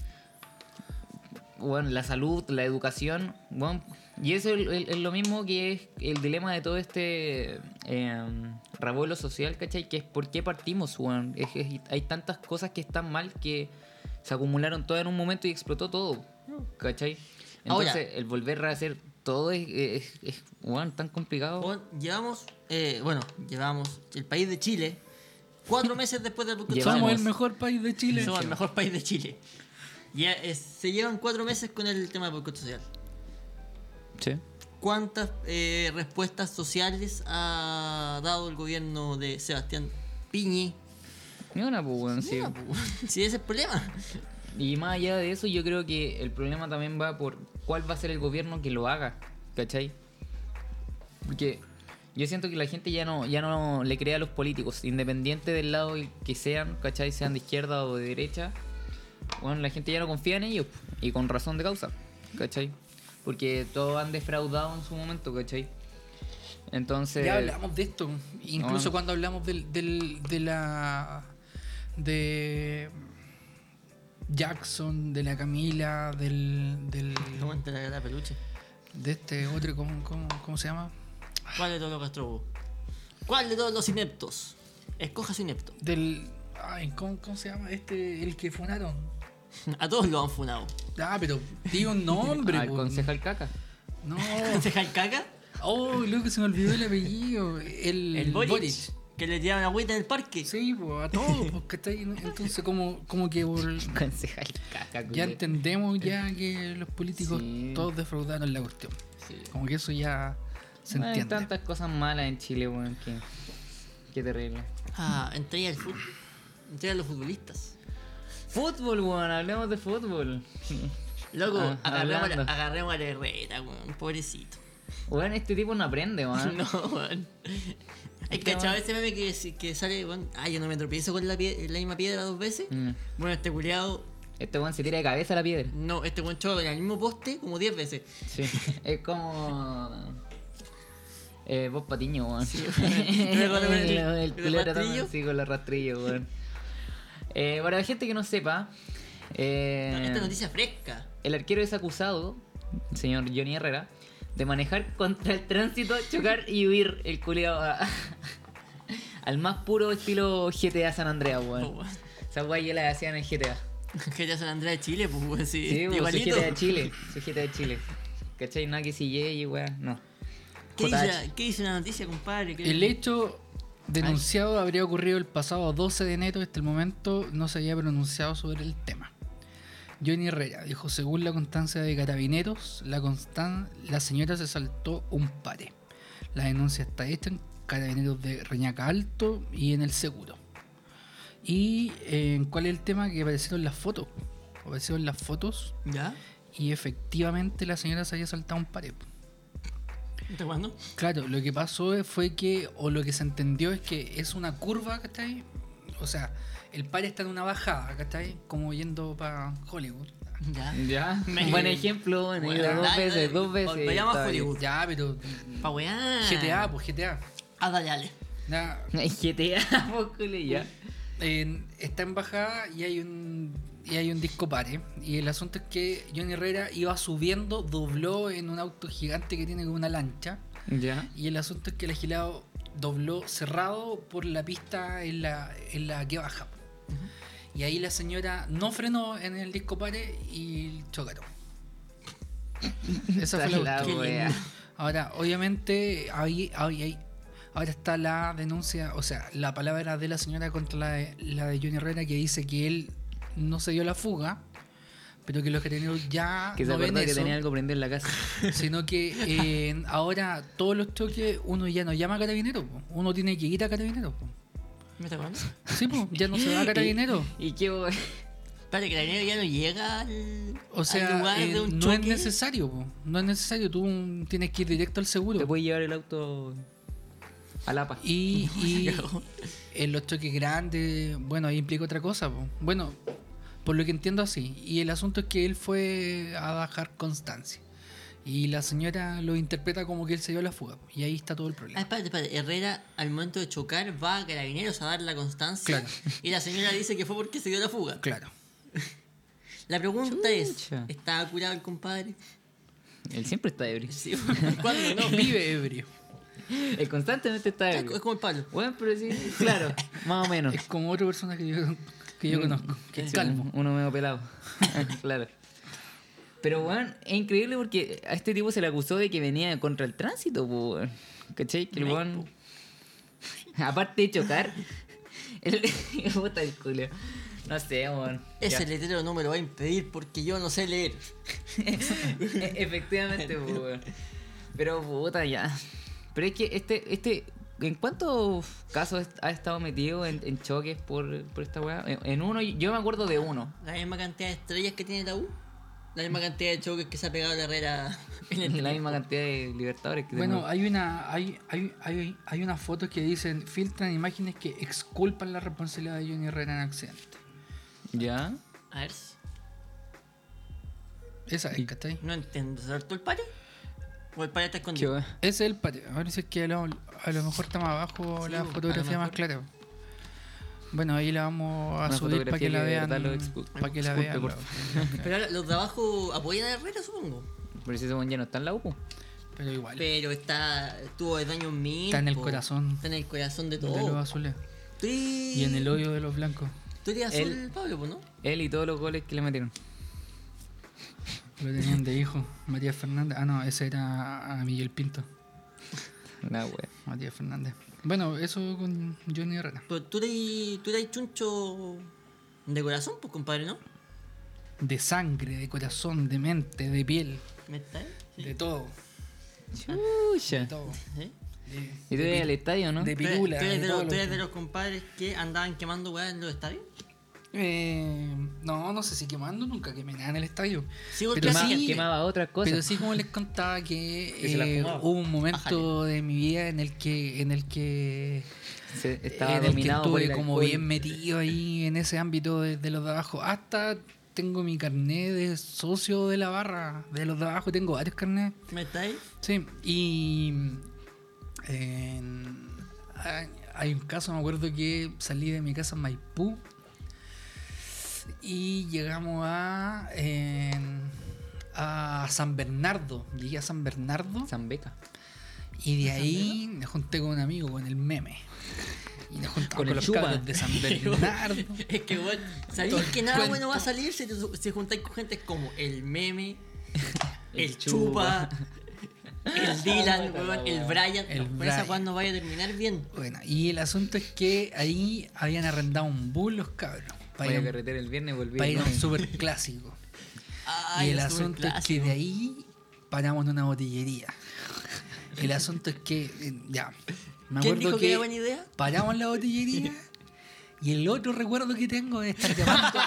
S2: Weón, la salud, la educación, weón. Y eso es, es- es lo mismo que es el dilema de todo este eh, revuelo social, cachai. Que es por qué partimos, weón. Es- es- hay tantas cosas que están mal que se acumularon todas en un momento y explotó todo, cachai.
S3: Ahora-
S2: Entonces, el volver a hacer todo es, es, es, weón, tan complicado.
S3: Weón, Llevamos, eh, bueno, llevamos el país de Chile cuatro meses después del
S2: Llevamos.
S1: Somos el mejor país de Chile.
S3: Somos el mejor país de Chile. Ya eh, se llevan cuatro meses con el tema del boicot social.
S2: Sí.
S3: ¿Cuántas eh, respuestas sociales ha dado el gobierno de Sebastián Piñi
S2: Ni una, pues, weón. sí.
S3: No, pues, si ese es el problema.
S2: Y más allá de eso, yo creo que el problema también va por cuál va a ser el gobierno que lo haga, ¿cachai? Porque yo siento que la gente ya no, ya no le crea a los políticos, independiente del lado que sean, ¿cachai? Sean de izquierda o de derecha, bueno, la gente ya no confía en ellos, y con razón de causa, ¿cachai? Porque todos han defraudado en su momento, ¿cachai? Entonces...
S1: Ya hablamos de esto. Incluso
S2: Este, No.
S1: cuando hablamos del, del- de la. de. Jackson, de la Camila, del. del
S3: Aguanta la gata peluche.
S1: de este otro, ¿cómo, cómo, cómo se llama?
S3: ¿Cuál de todos los Castro ¿Cuál de todos los ineptos? Escoja su inepto.
S1: Del. Ay, ¿cómo, cómo se llama? Este, el que funaron.
S3: A todos lo han funado.
S1: Ah, pero di un nombre.
S2: al
S1: po.
S2: concejal caca.
S1: No.
S3: ¿Concejal caca?
S1: Oh, loco, se me olvidó el apellido. El,
S3: El Boric.
S1: Boric.
S3: Que le tiraron agüita en el parque.
S1: Sí, pues a todos, pues, ¿cachai? Entonces, como, como que por-
S2: Concejal caca,
S1: ya
S2: culiao.
S1: entendemos ya que los políticos
S2: Sí.
S1: todos defraudaron la cuestión.
S3: Sí.
S1: Como que eso ya se
S2: Bueno, Hay
S1: entiende.
S2: tantas cosas malas en Chile, weón, que... Qué terrible.
S3: Ah, entré al fútbol. Entré a los futbolistas.
S2: Fútbol, weón, hablemos de fútbol.
S3: Loco,
S2: Ah,
S3: agarremos, la,
S2: hablando.
S3: agarremos a la herrera, weón. Pobrecito.
S2: Weón, este tipo no aprende, weón.
S3: No, weón.
S2: Este
S3: Es que, chaval, ese meme que, si- que sale, weón. Ah, yo no me tropiezo con la, pie- la misma piedra dos veces.
S2: Mm.
S3: Bueno, este culiado.
S2: Este weón se tira de cabeza a la piedra.
S3: No, este weón choca en el mismo poste como 10 veces.
S2: Sí. es como. Eh, vos patiño, weón.
S3: Luego con el-
S2: Lo del
S3: el
S2: culero
S3: rastrillo.
S2: también, Sí, con los rastrillos, weón. Eh, para la gente que no sepa, eh,
S3: No, Esta noticia fresca.
S2: el arquero es acusado, el señor Johnny Herrera, de manejar contra el tránsito, chocar y huir el culiao a- al más puro estilo GTA San Andreas,
S3: Oh,
S2: weón.
S3: weón.
S2: Esa weá ya la hacían en GTA.
S3: GTA San Andrés de Chile, pues, weón. Sí,
S2: Sí, weón, soy
S3: igualito.
S2: GTA de Chile. Soy GTA de Chile. ¿Cachai? Nada que si llegue, weón. No.
S3: ¿Qué
S2: JH.
S3: dice, la- ¿Qué dice la noticia, compadre? ¿Qué-
S1: El hecho denunciado habría ocurrido el pasado 12 de enero. Hasta el momento no se había pronunciado sobre el tema. Johnny Herrera dijo, según la constancia de carabineros, la, constan la señora se saltó un pare. La denuncia está hecha en carabineros de Reñaca Alto y en el seguro. ¿Y eh, cuál es el tema que aparecieron las fotos? Aparecieron las fotos
S3: ¿Ya?
S1: y efectivamente la señora se había saltado un pared.
S3: ¿Está jugando?
S1: Claro, lo que pasó fue que, o lo que se entendió es que es una curva, ¿cachai? O sea, el par está en una bajada, ¿cachai? Como yendo para Hollywood.
S3: Ya.
S2: Ya.
S3: Me-
S2: Buen ejemplo, bueno,
S3: Bueno,
S2: iba dos
S3: dale, dale.
S2: veces, dos veces.
S3: Vayamos a
S2: está bien.
S3: Hollywood. Ah.
S1: Ya, pero
S2: Mm.
S3: Pa' weá.
S1: GTA, pues GTA.
S3: Ah, dale, dale.
S1: Ya,
S2: GTA, vos, culiao, ya.
S1: en- está en bajada y hay un y hay un disco pare. Y el asunto es que Johnny Herrera iba subiendo, dobló en un auto gigante que tiene como una lancha.
S2: Ya.
S1: Y el asunto es que el agilado dobló cerrado por la pista en la, en la que baja. Y ahí la señora no frenó en el disco pare y chocaron. Esa fue la
S2: la
S1: cuestión.
S2: wea.
S1: Ahora, obviamente, ahí, ahí, ahí- ahora está la denuncia, o sea, la palabra de la señora contra la de, la de Johnny Herrera que dice que él no se dio la fuga, pero que los carabineros ya
S2: Que se
S1: no ven
S2: acordó que
S1: eso
S2: tenía algo prendido en la casa.
S1: sino que eh, ahora todos los choques uno ya no llama a carabineros, po. uno tiene que ir a carabineros. po.
S3: ¿Me está jugando?
S1: Sí, po, ya no
S3: Eh,
S1: se va a carabineros.
S2: ¿Y qué, weón?
S3: Espérate, que la nieve ya no llega al,
S1: O sea,
S3: al lugar
S1: eh,
S3: de un
S1: no es
S3: choque.
S1: necesario, po. no es necesario, tú mm, tienes que ir directo al
S2: Te
S1: seguro.
S2: puedes llevar el auto a Lapa.
S1: Y, y
S3: cagó.
S1: en los choques grandes, bueno, ahí implica otra cosa. po. Bueno, por lo que entiendo así. Y el asunto es que él fue a bajar constancia. Y la señora lo interpreta como que él se dio la fuga. po. Y ahí está todo el
S3: Ah,
S1: problema.
S3: espérate, espérate. Herrera, al momento de chocar, va a carabineros a dar la constancia.
S1: Claro.
S3: Y la señora dice que fue porque se dio la fuga.
S1: Claro.
S3: La pregunta
S2: Chucha.
S3: es: ¿estaba curado el compadre?
S2: Él siempre está ebrio.
S3: Sí, ¿Cuándo no?
S1: Vive ebrio.
S2: Él constantemente está
S3: Es
S2: ebrio.
S3: es como el palo.
S2: Bueno, pero sí, claro, más o menos.
S1: Es como otra persona que yo, que yo conozco, que es
S2: Mm, Sí,
S1: calvo.
S2: un- Uno medio pelado. claro. Pero, weón, es increíble porque a este tipo se le acusó de que venía contra el tránsito, po, weón. ¿Cachai? Que el
S3: Ay,
S2: weón. Aparte de chocar. El. Puta el culo. No sé, weón.
S3: Ese
S2: Ya.
S3: letrero no me lo va a impedir porque yo no sé leer.
S2: pues, E- Efectivamente, po, weón. Pero puta ya. Pero es que este, este ¿En cuántos casos ha estado metido en, en choques por, por esta weá? En, en uno, yo me acuerdo de uno.
S3: La misma cantidad de estrellas que tiene la U. La misma cantidad de choques que se ha pegado la Herrera en el
S2: La misma cantidad de libertadores que
S1: Bueno,
S2: tenemos.
S1: hay una hay, hay, hay, hay unas fotos que dicen, filtran imágenes que exculpan la responsabilidad de Johnny Herrera en accidente.
S2: ¿Ya?
S3: A ver,
S1: Esa es, ¿cachai?
S3: no entiendo. ¿Se hartó el pare? ¿O el pare está
S2: ¿Qué
S3: escondido?
S2: weá?
S1: Ese es el patio. Ahora si es que a lo, a lo mejor está más abajo
S3: Sí,
S1: la
S3: pues,
S1: fotografía
S2: a lo
S1: más
S2: mejor.
S1: clara. Bueno, ahí la vamos a
S2: Una
S1: subir para
S2: fotografía
S1: que la
S2: que de
S1: vean.
S2: verdad lo expul-
S1: Para que la
S2: exculpe,
S1: vean.
S2: por
S1: la-
S3: Pero ahora los de abajo apoyan a Herrera, supongo.
S2: Pero si ese weón ya no está en la UPU.
S1: Pero igual.
S3: Pero está. tuvo el daño en mí.
S1: Está en el corazón.
S3: Está en el corazón de
S1: De los
S3: todo.
S1: azules.
S3: Tú eres-
S1: Y en el hoyo de los blancos.
S3: Tú eres azul,
S2: El-
S3: Pablo, pues, ¿no?
S2: Él y todos los goles que le metieron.
S1: Lo tenían de hijo. Matías Fernández. Ah, no, ese era a Miguel Pinto.
S2: La weá.
S1: Matías Fernández. Bueno, eso con Johnny Herrera.
S3: Pero tú eres, tú eres chuncho de corazón, pues, compadre, ¿no?
S1: De sangre, de corazón, de mente, de piel.
S3: ¿Me está? eh?
S1: De todo.
S2: Chucha.
S1: De todo. Eh,
S3: ¿Sí?
S1: De,
S2: Y tú ibas al estadio, ¿no?
S1: de
S3: ¿Eh? ¿Tú eres-
S1: pirula.
S3: ¿Tú eres
S1: de
S3: de,
S1: todo
S3: los,
S1: lo
S3: tú eres
S1: que-
S3: de los compadres que andaban quemando weas en los estadios?
S1: Eh, no, no sé si quemando, nunca quemé nada en el estadio.
S3: Sí,
S1: Pero
S3: porque
S2: Quemaba,
S1: sí-
S2: quemaba otras cosas.
S1: Pero sí, como les contaba, que,
S2: Que se la
S1: eh,
S2: fumaba.
S1: hubo un momento de mi vida en el que en el que, eh,
S2: Se- estaba
S1: en el que
S2: dominado por
S1: estuve
S2: el
S1: como
S2: alcohol.
S1: bien metido ahí en ese ámbito de, de los de abajo. Hasta tengo mi carnet de socio de la barra de los de abajo, tengo varios carnets.
S3: ¿Me está ahí?
S1: Sí, y en- hay, hay un caso, me acuerdo que salí de mi casa en Maipú y llegamos a, en- a San Bernardo. Llegué a San Bernardo
S2: Zambeca.
S1: y de ahí me junté con un amigo, con el meme. Y nos juntamos
S2: Con
S1: con,
S2: el
S1: los
S2: Chupa.
S1: cabros de San Bernardo.
S3: Es que, weón, sabéis
S1: Todo
S3: que nada
S1: cuento.
S3: bueno va a salir si, te su- si juntáis con gente como el meme,
S2: El
S3: el chupa, el Dylan,
S2: Chupa, la
S3: weón, el
S2: wea.
S3: Brian.
S1: El
S3: no,
S1: Brian.
S3: Esa cuando vaya a terminar bien.
S1: Bueno, y el asunto es que ahí habían arrendado un bus los cabros. Para
S2: Voy a
S1: ir a un-
S2: carretera el viernes y volví.
S1: para ir a un
S2: el lunes.
S1: super clásico.
S3: Ay,
S1: y el
S3: es
S1: asunto es que
S3: superclásico.
S1: de ahí paramos en una botillería. El asunto es que, eh, ya, me
S3: ¿Quién
S1: acuerdo
S3: dijo que,
S1: que,
S3: era buena idea?
S1: paramos en la botillería y el otro recuerdo que tengo es estar llamando.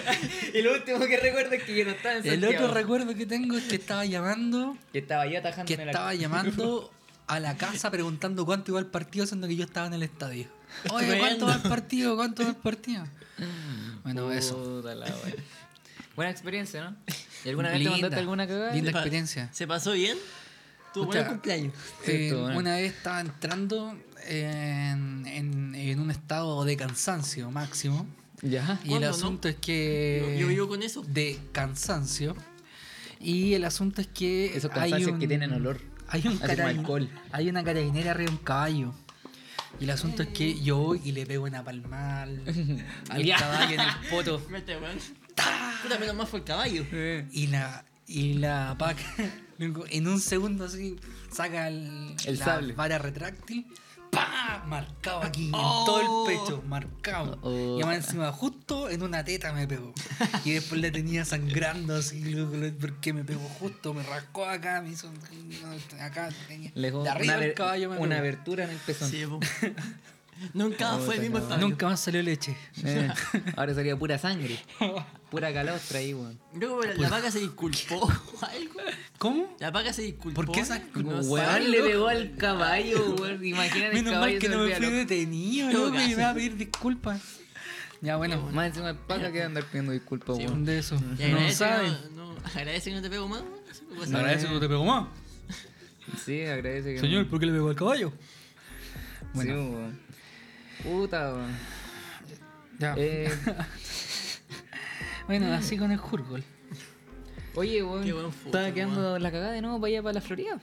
S2: El último que recuerdo es que yo no estaba en
S1: el
S2: Santiago.
S1: otro recuerdo que tengo es que estaba llamando,
S2: Que estaba yo atajando
S1: que
S2: en el
S1: estaba llamando a la casa preguntando cuánto iba el partido, siendo que yo estaba en el estadio. Oye, ¿cuánto va el partido? ¿Cuánto va el partido? Bueno, eso.
S2: Puta la wea. Buena experiencia, ¿no? ¿Y alguna vez te
S1: Linda,
S2: mandaste alguna cagada?
S1: linda experiencia.
S3: ¿Se pasó bien? Tuvo buen
S1: Pucha.
S3: cumpleaños.
S2: Sí,
S1: Eh,
S2: estuvo bueno.
S1: Una vez estaba entrando en, en- en un estado de cansancio máximo.
S2: Ya.
S1: Y el
S3: ¿Cuándo, no?
S1: asunto es que.
S3: Yo- yo vivo con eso.
S1: De cansancio. Y el asunto es que.
S2: Esos
S1: hay
S2: cansancios
S1: un-
S2: que tienen olor.
S1: Hay, un
S2: Así como
S1: carabin-
S2: alcohol.
S1: hay una carabinera arriba de un caballo. Y el asunto es que yo voy y le pego una palmada al, al
S2: Ya.
S1: caballo en el poto.
S3: Mete, weón. Puta, menos más fue el caballo.
S1: Y la, y la paca, luego, en un segundo así, saca el,
S2: El
S1: la
S2: sable.
S1: vara retráctil. ¡Pah! Marcado aquí, en todo el pecho, marcado.
S2: Oh.
S1: Y más encima, justo en una teta me pegó. Y después la tenía sangrando así, luego, luego, porque me pegó justo, me rascó acá, me hizo. Acá tenía.
S2: Le dejó
S1: de arriba
S2: una,
S1: el
S2: ver-
S1: caballo me
S2: una
S1: pegó.
S2: abertura en el pezón.
S3: Sí, po. Nunca fue el mismo
S2: no.
S3: el Pablo.
S1: Oh, Nunca más salió leche.
S2: Eh, ahora sería pura sangre. Pura calostra ahí, weón.
S3: Luego la,
S1: Pues.
S3: la vaca se disculpó o algo.
S1: ¿Cómo?
S3: La vaca se disculpó.
S1: ¿Por qué esa-
S3: No
S2: Weón,
S3: sabe,
S2: le
S3: loco.
S2: pegó al caballo, weón. Imagínate el
S1: Menos
S2: caballo.
S1: mal que
S2: se
S1: no me
S2: volvía
S1: fui
S2: loco.
S1: detenido,
S3: Todo
S1: loco, y me
S3: caso.
S1: va a pedir disculpas. Ya, bueno.
S2: Más encima el paca que va a andar pidiendo disculpas, weón.
S1: De eso.
S3: Y
S1: No lo
S3: agradece que
S1: saben.
S3: No, no- agradece que no te pego más. weón. Esa cosa.
S1: Le Pues agradece que no te pegó más.
S2: Sí, agradece que.
S1: Señor, ¿por qué le pegó al caballo?
S2: Sí,
S1: Bueno,
S2: weón. Puta, weón.
S1: ya.
S2: Eh,
S1: Bueno, así con el Jurgol.
S2: oye, weón.
S3: Qué buen fútbol,
S2: Estaba quedando la cagada de nuevo para allá, para la Florida.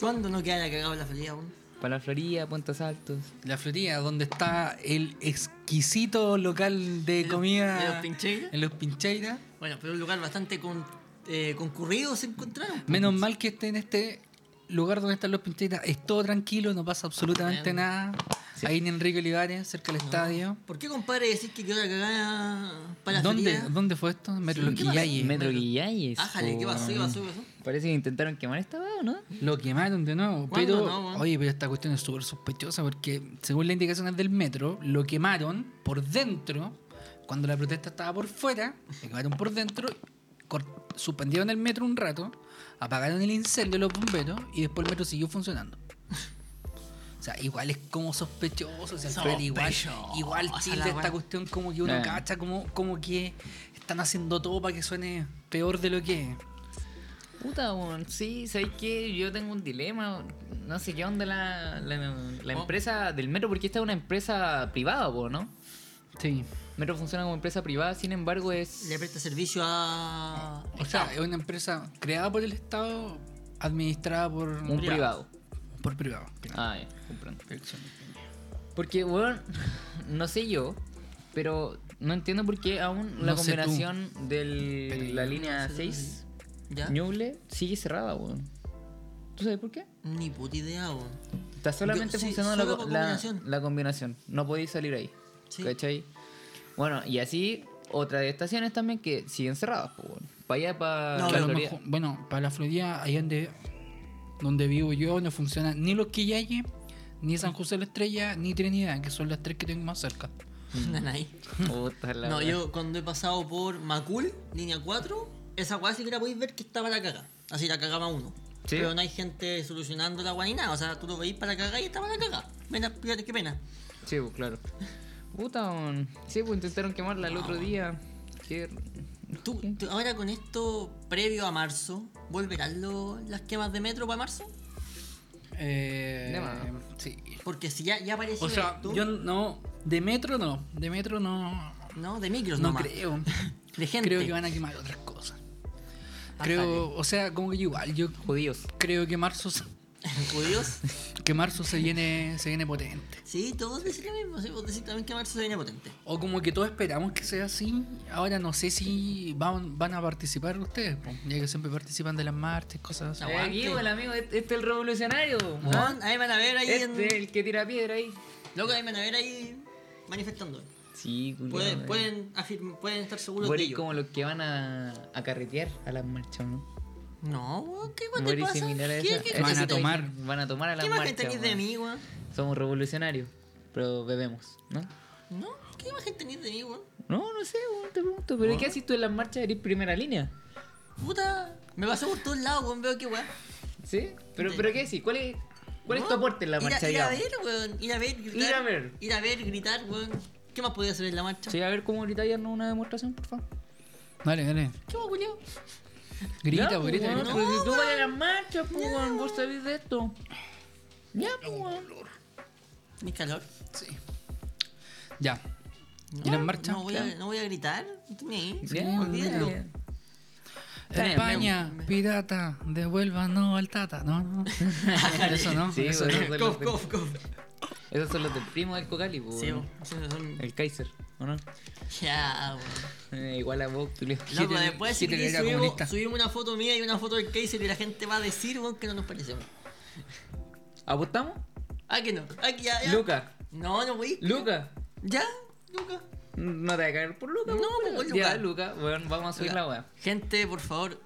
S3: ¿Cuándo no queda la cagada en la felicidad aún?
S2: Para la Florida, Puentes Altos.
S1: La Florida, donde está el exquisito local de comida.
S3: de los Pincheiras?
S1: En los Pincheiras.
S3: Bueno, pero un lugar bastante con- eh, concurrido se encontraron.
S1: Menos mal que esté en este lugar donde están los Pincheiras. Es todo tranquilo, no pasa absolutamente
S3: Tremendo.
S1: nada. Ahí en Enrique Olivares, cerca del estadio.
S3: ¿Por qué, compadre, decís que quedó la cagada para la
S1: ¿Dónde,
S3: Florida?
S1: ¿Dónde fue esto? En Metro
S3: Sí, ¿qué pasó?
S1: Los Quillaye.
S2: Metro
S3: metro.
S2: Guillayes.
S3: Ájale, ¿qué pasó? ¿Qué
S2: weón.
S3: pasó? ¿Qué pasó?
S2: Parece que intentaron quemar esta weá, nuevo, ¿no?
S1: Lo quemaron de nuevo.
S3: ¿Cuándo
S1: Pero,
S3: no, weón?
S1: oye, pero esta cuestión es súper sospechosa porque, según las indicaciones del metro, lo quemaron por dentro. Cuando la protesta estaba por fuera, lo quemaron por dentro, cor- suspendieron el metro un rato, apagaron el incendio los bomberos y después el metro siguió funcionando. O sea, igual es como sospechoso, o sea, Alfred, igual,
S3: Sospechoso.
S1: igual
S3: Ojalá,
S1: Chile esta
S3: weón.
S1: cuestión como que uno
S2: Eh.
S1: cacha, como, como que están haciendo todo para que suene peor de lo que es.
S2: Puta, weón. Sí, ¿sabéis qué? Yo tengo un dilema. No sé qué onda la, la, la
S3: Oh.
S2: empresa del metro, porque esta es una empresa privada, weón, ¿no?
S1: Sí.
S2: Metro funciona como empresa privada, sin embargo, es.
S3: Le presta servicio a.
S1: O sea, es una empresa creada por el Estado, administrada por
S2: un privado.
S1: Por privado.
S2: Ah, ya, comprendo. Porque, weón, no sé yo, pero no entiendo por qué aún la
S1: No sé tú,
S2: combinación
S1: pero
S2: de
S1: yo
S2: la
S1: no
S2: línea
S3: sé.
S2: 6
S3: ¿Ya?
S2: Ñuble sigue cerrada, weón. ¿Tú sabes por qué?
S3: Ni puta idea, weón.
S2: Está solamente
S3: Yo- sí,
S2: funcionando la,
S3: solo por
S2: la-
S3: combinación.
S2: la combinación. No podéis salir ahí.
S3: Sí.
S2: ¿Cachai? Bueno, y así otras estaciones también que siguen cerradas, pues, weón. Para allá, para
S3: No,
S2: la
S3: pero
S2: Florida.
S1: bueno, para la Florida, ahí donde, donde vivo yo, no funciona ni los Quillayes, ni San José de la Estrella, ni Trinidad, que son las tres que tengo más cerca.
S3: Nan ahí.
S2: Puta la
S3: No,
S2: weá.
S3: yo cuando he pasado por Macul, línea 4, esa weá sí que la podéis ver que estaba la caga. Así la cagaba uno.
S2: ¿Sí?
S3: Pero no hay gente solucionando la weá ni nada. O sea, tú lo veis para cagar y estaba la caga. Pena, fíjate qué pena.
S2: Sí, pues, claro. Puta, weón. Sí, pues intentaron quemarla el otro día. Qué-
S3: Tú, tú- ahora con esto previo a marzo, ¿volverán lo- las quemas de metro para marzo?
S1: Eh,
S2: De más.
S1: sí.
S3: Porque si ya, ya apareció
S1: O sea,
S3: esto-
S1: yo no, de metro no, de metro no,
S3: No, de micros
S1: no
S3: nomás.
S1: creo.
S3: De gente.
S1: Creo que van a quemar otras cosas.
S3: Ah,
S1: Creo, o sea, como que igual, yo
S2: Judíos.
S1: creo que marzo se-
S3: ¿Judíos?
S1: que marzo se viene, se viene potente.
S3: Sí, todos decís lo mismo. Sí, vos decís también que marzo se viene potente.
S1: O como que todos esperamos que sea así. Ahora no sé si van, van a participar ustedes, po, ya que siempre participan de las marchas, cosas así.
S3: No. Aguante.
S2: Eh, Aquí, weón, amigo, este este es el revolucionario. ¿ah?
S3: Weón, ahí van a ver ahí
S2: Este es
S3: en...
S2: el que tira piedra ahí.
S3: Loco, ahí van a ver ahí manifestando.
S2: Sí, culiao,
S3: Pueden,
S2: weón.
S3: pueden, afirm- pueden estar seguros de
S2: Morir
S3: ello.
S2: como los que van a, a carretear a las marchas, ¿no?
S3: No, weón, ¿qué weón te
S2: Morir
S3: pasa?
S2: similar a esa-
S3: ¿Qué, qué
S2: esa
S1: Van a
S3: imagen te-
S1: tomar.
S2: Van a tomar a
S3: ¿Qué
S2: las
S3: imagen
S2: marchas.
S3: tenés de
S2: weón.
S3: mí, weón?
S2: Somos revolucionarios, pero bebemos, ¿no?
S3: ¿No? ¿Qué imagen tenés de mí, weón?
S2: No, no sé, weón, te pregunto. ¿Pero qué haces tú en las marchas? ¿Eres primera línea?
S3: Puta, me paso por todos lados, weón, veo que weón.
S2: ¿Sí? ¿Pero, pero qué decís? ¿Cuál es, cuál es tu
S3: Weón,
S2: aporte en la
S3: ir a-
S2: marcha,
S3: Ir a,
S2: digamos?
S3: ver, weón, ir a ver, gritar.
S2: Ir a ver.
S3: Ir a ver, gritar, weón. ¿Qué más podía hacer en la marcha?
S2: Sí, a ver cómo ahorita ya no una demostración, por favor.
S1: Dale, dale.
S3: ¿Qué más, culiao?
S1: Grita,
S2: Ya,
S1: po,
S2: pues,
S1: grita.
S2: weón,
S1: grita.
S2: pero si tú vas a las marchas, pues, weón, vos sabés de esto. Ya, pues, weón.
S3: Ni calor.
S1: Sí. Ya. ¿Y las marchas?
S3: No voy a, no voy a gritar. Ni,
S2: Ya,
S3: olvídalo.
S2: weón. Está bien,
S1: España, pirata, devuélvanos al tata. No, no. eso no.
S2: Sí,
S1: eso
S2: weón.
S1: no.
S2: Bueno,
S3: Cof,
S2: pero-
S3: cof, cof.
S2: Esos son los del primo del Cocali, pues,
S3: Sí,
S2: weón.
S3: weón. Sí, son-
S2: El Kaiser, ¿o no?
S3: Ya, weón.
S2: Eh, igual a vos, Tulio.
S3: Loco,
S1: Hitler-
S3: después si
S1: Hitler
S3: queréis,
S1: era
S3: subimos,
S1: comunista.
S3: subimos una foto mía y una foto del Kaiser y la gente va a decir, weón, que no nos parecemos.
S2: ¿Apostamos?
S3: Ah, que no. Ah, que ya, ya.
S2: Luca,
S3: No, no voy.
S2: Luca.
S3: Ya, Luca.
S2: No te va a caer por Luca.
S3: No,
S2: pues,
S3: por
S2: weón. Ya,
S3: Luca.
S2: Luca, weón, vamos a subir la weá.
S3: Gente, por favor,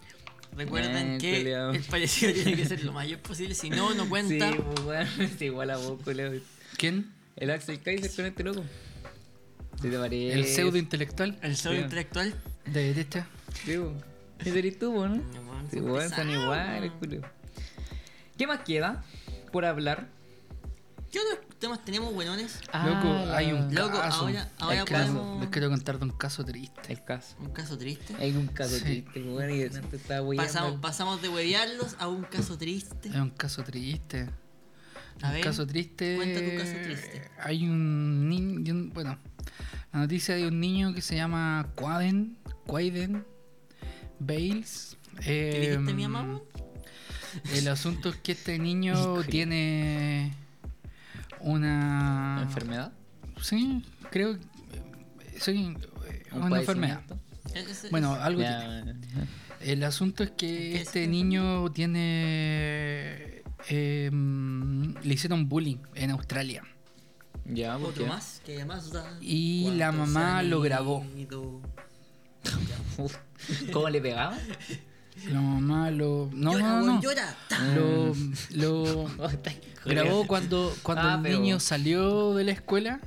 S3: recuerden
S2: Eh,
S3: que
S2: culiao.
S3: el parecido tiene que ser lo mayor posible. Si no, no
S2: Sí,
S3: cuenta.
S2: pues, weón, es igual a vos, Tulio.
S1: ¿Quién?
S2: El Axel Kaiser con este loco. ¿Sí te parece?
S1: El pseudo intelectual
S3: Eh, El solo
S2: Sí.
S3: intelectual.
S1: de derecha.
S2: Sí, weón. Ese eres tú, weón,
S3: No,
S2: ¿no?
S3: weón,
S2: Sí,
S3: son
S2: weón, son
S3: pesados,
S2: iguales,
S3: weón.
S2: Tulio. ¿Qué más queda por hablar?
S3: ¿Qué otros temas tenemos, buenones?
S2: Ah,
S1: Loco, hay un
S3: Ah, Loco,
S1: caso.
S3: ahora- ahora
S1: Hay caso.
S3: podemos-
S1: Les quiero contar de un caso triste.
S2: El caso.
S3: Un caso triste.
S2: Hay un caso
S1: Sí.
S2: triste, weón, y de tanto estaba weyando.
S3: Pasamos, pasamos de huevearlos a un caso triste.
S1: Es un caso triste.
S3: A
S1: un
S3: ver,
S1: caso triste.
S3: cuenta tu caso triste.
S1: Hay un niño. Bueno, la noticia de un niño que se llama Quaden. Quaden. Bales.
S3: ¿Qué
S1: Eh,
S3: dijiste, mi mamá? weón?
S1: El asunto es que este niño tiene una.
S2: ¿Enfermedad?
S1: Sí, creo. Sí, una enfermedad.
S2: padecimiento?
S3: Es- E-, es- es-
S1: Bueno, algo
S2: Ya,
S1: tiene.
S2: ya.
S1: El asunto es
S3: ¿Qué
S1: que
S3: es
S1: este
S3: eso?
S1: niño tiene. em, le hicieron bullying en Australia.
S2: Ya, ¿por
S3: otro
S2: qué?
S3: más, que más da.
S1: Y la
S3: ¿Cuántos
S1: mamá
S3: han
S1: lo grabó.
S3: ido?
S2: Uf, ¿Cómo le pegaba?
S1: La mamá malo. No,
S3: llora,
S1: no, Mm.
S3: weón,
S1: no.
S3: llora. Ta.
S1: Lo, lo grabó cuando, cuando
S2: Ah,
S1: el
S2: pero-
S1: niño salió de la escuela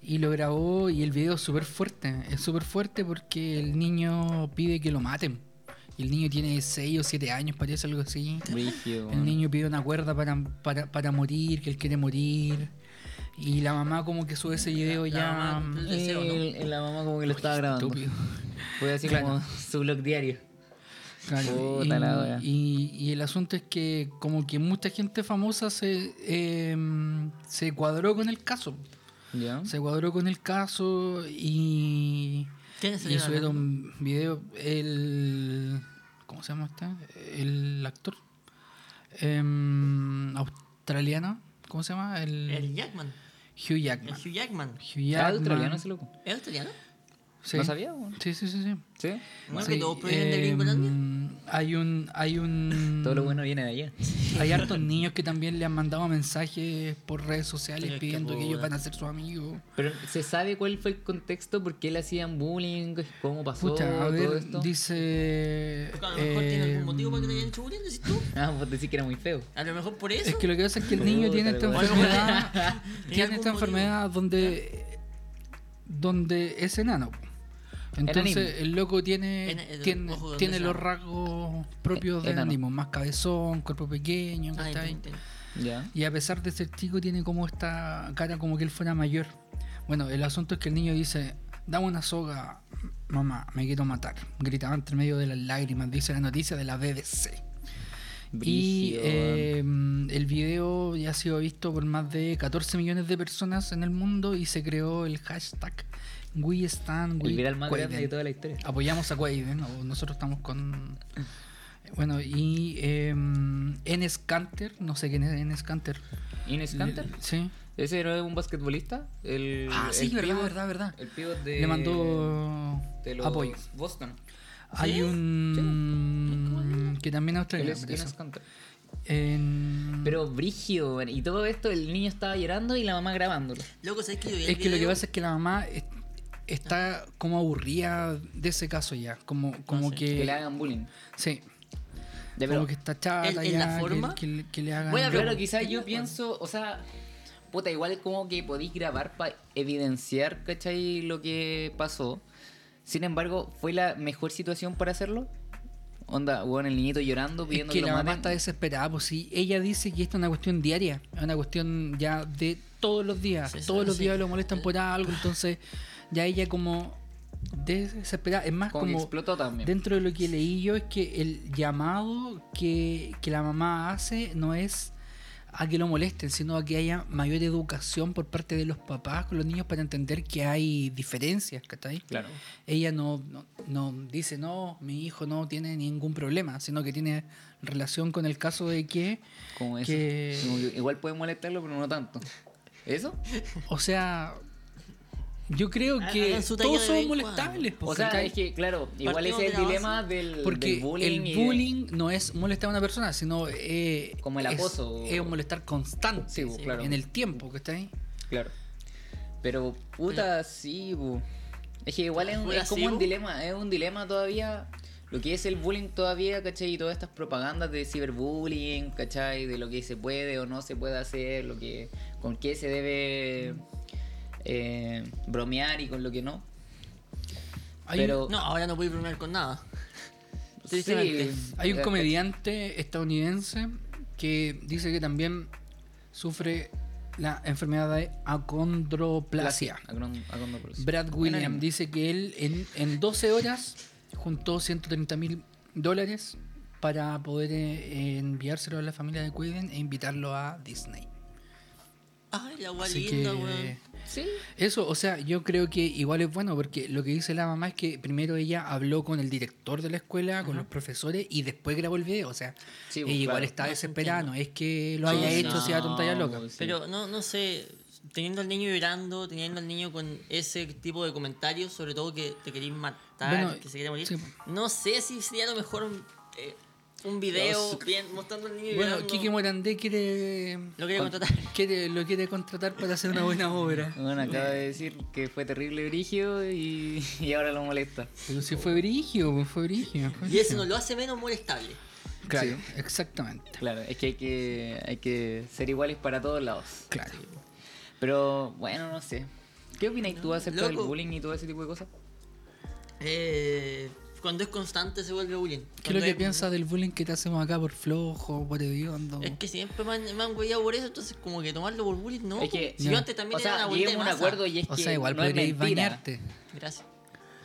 S1: y lo grabó y el video es súper fuerte. Es súper fuerte porque el niño pide que lo maten. Y el niño tiene 6 o 7 años, parece algo así.
S2: Brígido,
S1: El
S2: weón.
S1: niño pide una cuerda para, para, para morir, que él quiere morir. Y la mamá como que sube ese video
S3: la
S1: ya...
S3: mamá cumplió el
S2: Y
S3: deseo, ¿no?
S2: el- el- la mamá como que lo estaba grabando.
S1: Estúpido.
S2: Fue así
S1: Claro.
S2: como su blog diario.
S1: Claro,
S2: Puta la wea.
S1: y, y- y el asunto es que como que mucha gente famosa se, em, se cuadró con el caso.
S2: ¿Ya?
S1: Se cuadró con el caso y,
S3: ¿Quién es el
S1: y
S3: llorando?
S1: subieron video. El, ¿Cómo se llama este? El actor em, australiano. ¿Cómo se llama? El,
S3: El Jackman.
S1: Hugh
S3: El
S1: Jackman.
S3: Hugh Jackman.
S1: Hugh
S2: Ah,
S1: Jackman.
S2: australiano ese loco.
S3: ¿Es australiano?
S1: Sí.
S2: ¿No sabía? weón?
S1: Sí, sí, sí. sí.
S2: ¿Sí?
S3: Bueno,
S1: Sí,
S3: que todos provienen de
S1: em,
S3: Gringolandia.
S1: hay un... Hay un
S2: Todo lo bueno viene de allá.
S1: Hay hartos niños que también le han mandado mensajes por redes sociales
S3: Pero es que
S1: pidiendo que,
S3: puta.
S1: ellos van a ser sus amigos.
S2: Pero se sabe cuál fue el contexto, por qué le hacían bullying, cómo pasó
S1: Pucha, a
S2: todo
S1: ver,
S2: esto.
S1: dice.
S3: Porque a lo mejor tiene
S1: eh,
S3: algún motivo para que le hayan hecho bullying, decís tú.
S2: Ah, vos decís que era muy feo.
S3: A lo mejor por eso.
S1: Es que lo que pasa es que el niño
S2: Puta,
S1: tiene esta
S2: la
S3: wea.
S1: enfermedad.
S3: Tiene
S1: tiene
S3: algún
S1: esta enfermedad donde. donde es enano. po. Entonces
S2: Enanismo.
S1: el loco tiene
S3: Ena- el-
S1: tiene,
S3: ojo, donde
S1: tiene
S3: sea.
S1: los rasgos propios de
S2: Enano.
S1: enanismo, más cabezón, cuerpo pequeño,
S3: Ay,
S1: ¿cachai?
S3: entiendo.
S2: Ya.
S1: Y a pesar de ser chico, tiene como esta cara como que él fuera mayor. Bueno, el asunto es que el niño dice, dame una soga, mamá, me quiero matar. Gritaba entre medio de las lágrimas, dice la noticia de la BBC. Y
S2: Brígido,
S1: eh, el video ya ha sido visto por más de 14 millones de personas en el mundo y se creó el hashtag We Stand
S2: weón. el
S1: with
S2: viral más grande
S1: Quaiden".
S2: de toda la historia.
S1: Apoyamos a Quaiden, o nosotros estamos con... Bueno, y em, Enes Kanter, no sé quién es Enes Kanter.
S2: Ines Canter.
S1: Sí.
S2: Ese no es un basquetbolista. El,
S1: Ah, sí,
S2: el
S1: verdad,
S2: pivot-
S1: verdad, verdad.
S2: El pivot de.
S1: Le mandó
S2: de los
S1: apoyo.
S2: Boston.
S1: Hay un que también es
S2: Él
S1: australiano.
S2: es
S1: parece.
S2: Enes Kanter.
S1: En-
S2: Pero brigio, y todo esto, el niño estaba llorando y la mamá grabándolo.
S3: Loco, ¿sabes que yo vi el
S1: es que lo que
S3: video?
S1: pasa es que la mamá es- está como aburrida de ese caso ya, como como
S3: sí.
S2: Que
S1: que,
S2: le hagan bullying.
S1: sí,
S2: Ya, pero-
S1: como que está chata
S3: ¿En-
S1: ya
S3: en la
S1: que-
S3: forma?
S1: que, le- que le hagan
S2: Bueno,
S1: bullying.
S2: claro, quizás yo pienso, o sea, puta, igual como que podéis grabar para evidenciar, ¿cachai? Lo que pasó. Sin embargo, ¿fue la mejor situación para hacerlo? Onda, bueno, el niñito llorando,
S1: Es
S2: pidiendo
S1: que
S2: lo
S1: la mamá
S2: maten.
S1: está desesperada, pues sí. Ella dice que esta es una cuestión diaria, es una cuestión ya de todos los días.
S3: Sí, sí,
S1: todos los
S3: sí.
S1: días lo molestan
S2: Eh.
S1: por algo, entonces ya ella como desesperada. Es más,
S2: Como que
S1: como,
S2: explotó también.
S1: dentro de lo que leí yo es que el llamado que, que la mamá hace no es a que lo molesten, sino a que haya mayor educación por parte de los papás con los niños para entender que hay diferencias, ¿cachai?
S2: Claro.
S1: ella no, no, no dice, no, mi hijo no tiene ningún problema, sino que tiene relación con el caso de que,
S2: Como eso.
S1: Que-
S2: Como que igual puede molestarlo, pero no tanto. ¿Eso?
S1: o sea, yo creo
S3: Hagan
S1: que
S3: su talla
S1: todos
S3: de
S1: somos
S3: vez en cuando.
S1: molestables.
S2: O
S1: pues,
S2: sea,
S1: ¿cachai?
S2: es que, claro, igual
S3: Partimos
S2: ese es
S3: de
S2: el
S3: la base.
S2: dilema del,
S1: porque
S2: del bullying. y
S1: el
S2: de-
S1: bullying no es molestar a una persona, sino eh,
S2: Como el
S1: es-
S2: acoso.
S1: Es, un molestar constante
S2: Sí, pues, claro.
S1: en el tiempo que está ahí.
S2: Claro. Pero
S1: Mm.
S2: puta, sí, bu. Es que igual es, un-
S3: Fuera
S2: es como
S3: sí,
S2: un
S3: bu.
S2: dilema, es un dilema todavía. Lo que es el bullying todavía, ¿cachai? Y todas estas propagandas de ciberbullying, ¿cachai? De lo que se puede o no se puede hacer, lo que con qué se debe eh, bromear y con lo que no.
S1: Hay,
S2: Pero-
S3: No, ahora no voy a bromear con nada. Tristemente.
S2: Sí,
S1: hay un
S2: eh,
S1: comediante estadounidense que dice que también sufre la enfermedad de acondroplasia.
S2: acron- acondroplasia.
S1: Brad William
S2: Anónimo.
S1: dice que él en, en 12 horas juntó 130 mil dólares para poder eh, enviárselo a la familia de Cuiden e invitarlo a Disney.
S3: Ay, la guay
S1: Así
S3: linda,
S1: que-
S3: weón.
S2: Sí.
S1: Eso, o sea, yo creo que igual es bueno porque lo que dice la mamá es que primero ella habló con el director de la escuela, con los profesores y después grabó el video. O sea,
S2: Sí,
S1: ella
S2: pues,
S1: igual
S2: claro.
S1: está
S3: No,
S1: desesperada, no es que lo
S3: Sí,
S1: haya
S3: sí,
S1: hecho, sea
S2: no,
S1: tonta y loca.
S2: pues, sí.
S3: Pero no, no sé, teniendo al niño llorando, teniendo al niño con ese tipo de comentarios, sobre todo que te queréis matar,
S1: Bueno,
S3: que se quiere morir,
S1: sí.
S3: no sé si sería lo mejor un, eh, un video bien, mostrando al niño
S1: Bueno,
S3: llorando.
S1: Kiki Morandé quiere,
S3: Lo quería contratar.
S1: quiere- lo quiere contratar para hacer una buena obra.
S2: Bueno, acaba de decir que fue terrible Brigio y, y ahora lo molesta.
S1: Pero si fue brigio, pues, fue brigio. fue
S3: Y eso
S1: brigio.
S3: no lo hace menos molestable.
S1: Claro,
S2: Sí.
S1: exactamente.
S2: Claro, es que hay, que hay que ser iguales para todos lados.
S1: Claro.
S2: Pero bueno, no sé. ¿Qué opinas tú acerca del
S3: Loco.
S2: bullying y todo ese tipo de cosas?
S3: Eh, cuando es constante se vuelve bullying.
S1: ¿Qué es lo
S3: Cuando
S1: que
S3: es-
S1: piensas del bullying que te hacemos acá por flojo, por hediondo?
S3: Es que siempre me han, me han hueveado por eso, entonces como que tomarlo por bullying, no.
S2: es que
S3: si yo
S1: Ya.
S3: antes también
S2: o sea,
S3: era la
S2: lleguemos
S3: de
S2: a un
S3: masa.
S2: acuerdo y es
S1: O
S2: que
S1: sea, igual
S2: no es
S1: podríais
S2: mentira.
S1: bañarte.
S3: Gracias.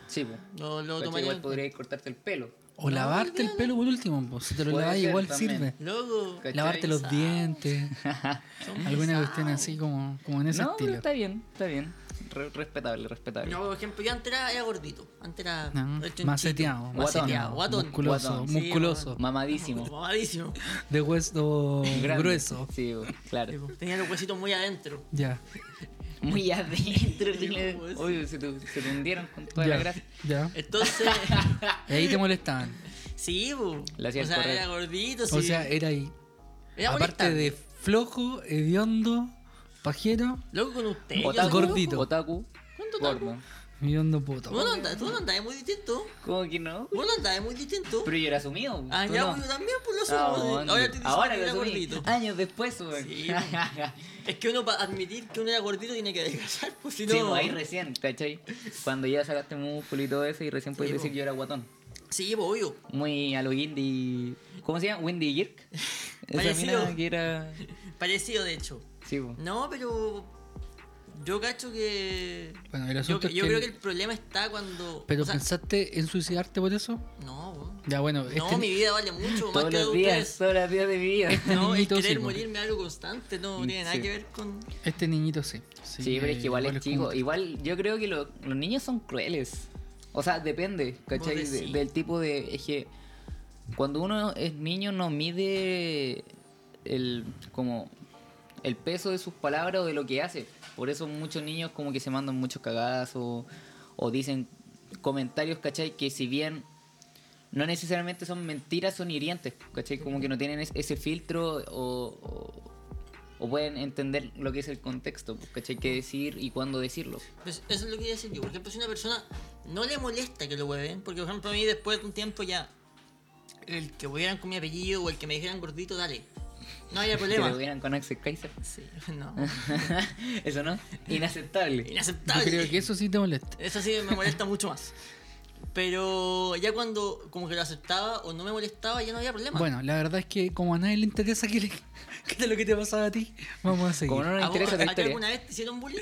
S2: Sí, pues.
S3: Lo, lo
S2: ¿Cachai?
S3: tomaría
S2: Igual
S3: en
S2: podrías cortarte el pelo.
S1: O lavarte el pelo por último, po. si te lo
S2: Puede
S1: lavas
S2: ser,
S1: igual
S2: también.
S1: sirve.
S3: cuenta. Loco.
S2: ¿Cachai?
S1: Lavarte los
S3: Pesado.
S1: dientes,
S3: son
S1: alguna
S3: pesados.
S1: cuestión así como, como en ese
S2: No, pero
S1: estilo.
S2: está bien, está bien. Re- respetable, respetable.
S3: No, por ejemplo, yo antes era, era gordito. Antes era.
S1: No,
S3: era chonchito,
S1: Ah, maceteado,
S3: Maceteado. Guatón.
S1: musculoso,
S2: guatón.
S3: Sí,
S1: musculoso,
S3: guatón.
S2: Mamadísimo.
S3: Mamadísimo.
S1: de hueso
S2: grande.
S1: grueso.
S2: Sí, pues, claro.
S3: Tenía los huesitos muy adentro.
S1: Ya,
S2: Muy adentro.
S3: Sí,
S2: tiene-
S3: pues.
S2: Uy, se, tu- se te hundieron con toda la
S1: ya,
S2: grasa.
S1: ya.
S3: Entonces,
S1: Y ahí te molestaban.
S3: sí, bu.
S2: Le
S3: O
S2: hacías
S3: sea,
S2: correr.
S3: era gordito, sí.
S1: O sea, era ahí.
S3: era
S1: Aparte
S3: molestante.
S1: de flojo, hediondo, pajero,
S3: Loco con usted. yo
S2: Otaku.
S3: soy loco.
S1: gordito.
S2: Otaku.
S3: ¿Cuánto otaku?
S2: Gordo.
S1: hediondo puto.
S3: Vos no andás- Tú no andabas muy distinto.
S2: ¿Cómo que no?
S3: Vos no andabas muy distinto.
S2: Pero yo era asumido.
S3: Ah,
S2: tú
S3: ya,
S2: no.
S3: pues, yo también, pues lo subo.
S2: Ah,
S3: Ahora
S2: bueno.
S3: te dicen
S2: Ahora
S3: que
S2: lo
S3: era
S2: asumí.
S3: gordito.
S2: Años después, weón. Sí,
S3: Sí, pues. Es que uno para admitir que uno era gordito tiene que adelgazar, pues si no.
S2: pues, ahí recién, ¿cachai? Cuando ya sacaste músculo y todo eso y recién puedes
S3: Sí,
S2: decir
S3: pues.
S2: que yo era guatón.
S3: Sí, pues obvio.
S2: Muy a lo Windy... ¿Cómo se llama? Windy Girk. Esa
S3: Parecido.
S2: mina que era...
S3: Parecido, de hecho.
S2: Sí, pues.
S3: No, pero. Yo cacho que.
S1: Bueno, el
S3: Yo,
S1: asunto es
S3: yo
S1: que-
S3: creo que el problema está cuando.
S1: ¿Pero pues,
S3: o sea,
S1: pensaste en suicidarte por eso?
S3: No, weón.
S1: Ya, bueno. este
S3: No, mi vida vale mucho más
S2: Todos
S3: que la de
S2: los días,
S3: ustedes.
S2: todos los días de mi vida.
S3: No, el
S1: Niñito, sí,
S3: querer
S1: po.
S3: morirme algo constante no tiene nada
S2: Sí.
S3: que ver con.
S1: Este niñito sí.
S2: Sí, pero es que igual es chico.
S1: como-
S2: Igual yo creo que lo- los niños son crueles. O sea, depende, ¿cachai?
S3: Vos
S2: De-
S3: decís.
S2: del tipo de... Es que cuando uno es niño no mide el como el peso de sus palabras o de lo que hace. Por eso muchos niños como que se mandan muchos cagadas o, o dicen comentarios, ¿cachai? Que si bien no necesariamente son mentiras, son hirientes, ¿cachai? Como que no tienen es- ese filtro o, o- o pueden entender lo que es el contexto, ¿cachai? Qué decir y cuándo decirlo.
S3: Pues eso es lo que iba a decir yo. Por ejemplo, si una persona no le molesta que lo hueven, porque por ejemplo a mí después de un tiempo ya, el que huevieran con mi apellido o el que me dijeran gordito, dale. No había
S2: Que lo
S3: problema.
S2: vieran con Axel Kaiser.
S3: Sí, no.
S2: eso no, inaceptable.
S1: Yo
S3: Inaceptable.
S1: creo que eso sí te molesta.
S3: Eso sí me molesta mucho más. Pero ya cuando como que lo aceptaba o no me molestaba, ya no había problema.
S1: Bueno, la verdad es que como a nadie le interesa que, le, que de lo que te pasaba a ti, vamos a seguir.
S2: Como no nos
S3: ¿A vos,
S2: interesa la
S3: a ti
S2: historia.
S3: Ah, alguna vez te hicieron bullying?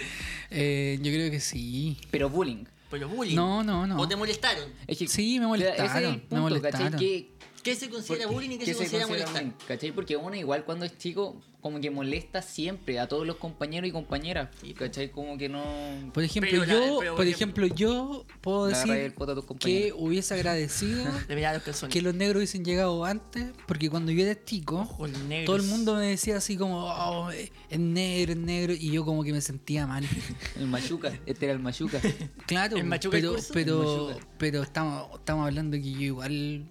S1: Eh, yo creo que sí.
S2: Pero bullying.
S3: Pero bullying.
S1: No, no, no.
S3: ¿O te molestaron?
S2: Es que-
S1: Sí, me
S2: o sea, ese es el
S1: molestaron, me
S2: punto, ¿cachai?
S1: molestaron.
S2: Que-
S3: ¿Qué se considera
S2: porque-
S3: bullying y qué,
S2: que
S3: se considera molestar?
S2: bullying, ¿Cachai? Porque uno igual cuando es chico como que molesta siempre a todos los compañeros y compañeras.
S3: Sí, po.
S2: ¿Cachai? Como que no...
S1: Por ejemplo,
S3: Pero la-
S1: yo,
S3: pero,
S1: por
S3: por
S1: ejemplo, yo puedo
S2: Le agarra
S1: decir
S2: el poto a tus
S1: que
S2: compañeros.
S1: hubiese agradecido
S3: Le miraba los calzones.
S1: que los negros hubiesen llegado antes, porque cuando yo era chico,
S3: Ojos negros.
S1: todo el mundo me decía así como, "Oh, eh, es negro, es negro, y yo como que me sentía mal.
S2: El machuca, este era el machuca.
S1: Claro,
S3: ¿El machuca
S1: pero,
S3: el curso?
S1: pero,
S2: El machuca.
S1: pero estamos, estamos hablando que yo igual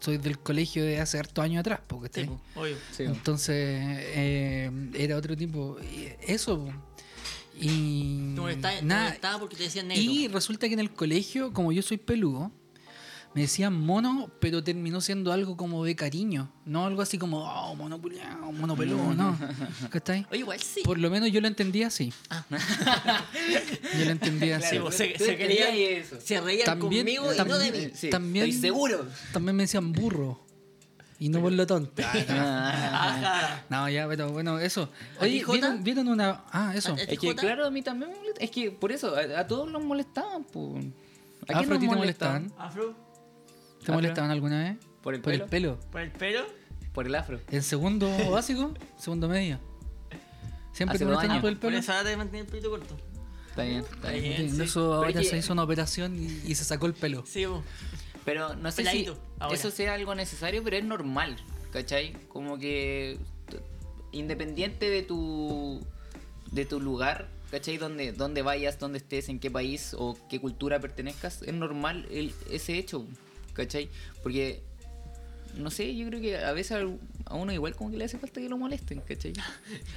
S1: soy del colegio de hace hartos años atrás, porque
S3: Sí, po, obvio.
S2: Sí, po.
S1: entonces eh, era otro tipo. y Eso, po. y
S3: Te molestaba, te
S1: Mm, nada,
S3: molestaba porque te decían negro.
S1: y resulta que en el colegio, como yo soy peludo, me decían mono, pero terminó siendo algo como de cariño, no algo así como, oh, mono culiao, mono peludo, no. ¿Cachai?
S3: Mm. Oye, igual sí. Ah.
S1: Por lo menos yo lo entendía así. yo lo entendía así.
S3: Sí, vos se,
S2: Tú
S3: se
S2: querías
S3: creían-
S2: eso.
S3: se reían
S1: También-
S3: conmigo y no de mí.
S1: también- eh,
S2: Sí,
S1: también-
S2: Estoy seguro.
S1: También me decían burro. Y no por lo tonto.
S2: Ah.
S3: Ajá.
S1: No, ya, pero bueno, eso.
S3: ¿A ti,
S1: Oye,
S3: Jota?
S1: ¿vieron, vieron una. Ah, eso.
S3: ¿A- a-
S2: Es que
S3: ¿Jota?
S2: claro, a mí también me molesta. Es que por eso, a, a todos los molestaban. po. ¿A
S1: Afro, ¿a ti te
S2: molestaban?
S1: molestaban?
S3: Afro,
S1: ¿Te molestaban alguna vez?
S2: ¿Por el
S1: pelo?
S3: por el pelo.
S2: Por el afro.
S1: ¿En segundo básico? ¿Segundo medio? ¿Siempre te
S2: Hace dos
S1: molestaban
S2: años.
S1: por el
S3: Por
S1: pelo?
S3: esa hora de mantener el pelito corto.
S2: Está bien, está bien.
S3: Bien,
S1: Sí,
S3: sí.
S1: Eso ahora
S2: Pero es que-
S1: se hizo una operación y, y se sacó el pelo.
S3: Sí, vos.
S2: Pero no sé
S3: Peladito,
S2: si
S3: ahora.
S2: eso sea algo necesario, pero es normal, ¿cachai? Como que t- independiente de tu de tu lugar, ¿cachai? Donde, donde vayas, donde estés, en qué país o qué cultura pertenezcas, es normal el, ese hecho, ¿cachai? Porque no sé, yo creo que a veces al- a uno igual como que le hace falta que lo molesten, ¿cachai?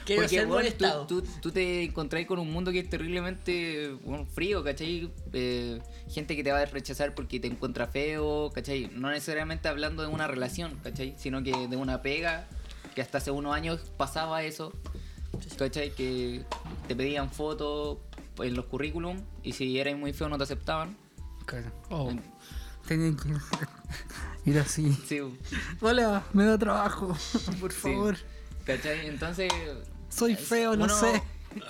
S3: Quiero ser
S2: bueno,
S3: molestado.
S2: Tú, tú- tú te encontrás con un mundo que es terriblemente bueno, frío, ¿cachai? Eh, gente que te va a rechazar porque te encuentra feo, ¿cachai? No necesariamente hablando de una relación, ¿cachai? Sino que de una pega, que hasta hace unos años pasaba eso, ¿cachai? Que te pedían fotos en los currículum y si eras muy feo no te aceptaban.
S1: Claro. Oh. Tenía que ir así.
S2: Sí,
S1: Hola, me da trabajo, por
S2: sí,
S1: favor.
S2: ¿Cachai? Entonces...
S1: Soy
S2: es-
S1: feo, no
S2: uno-
S1: sé.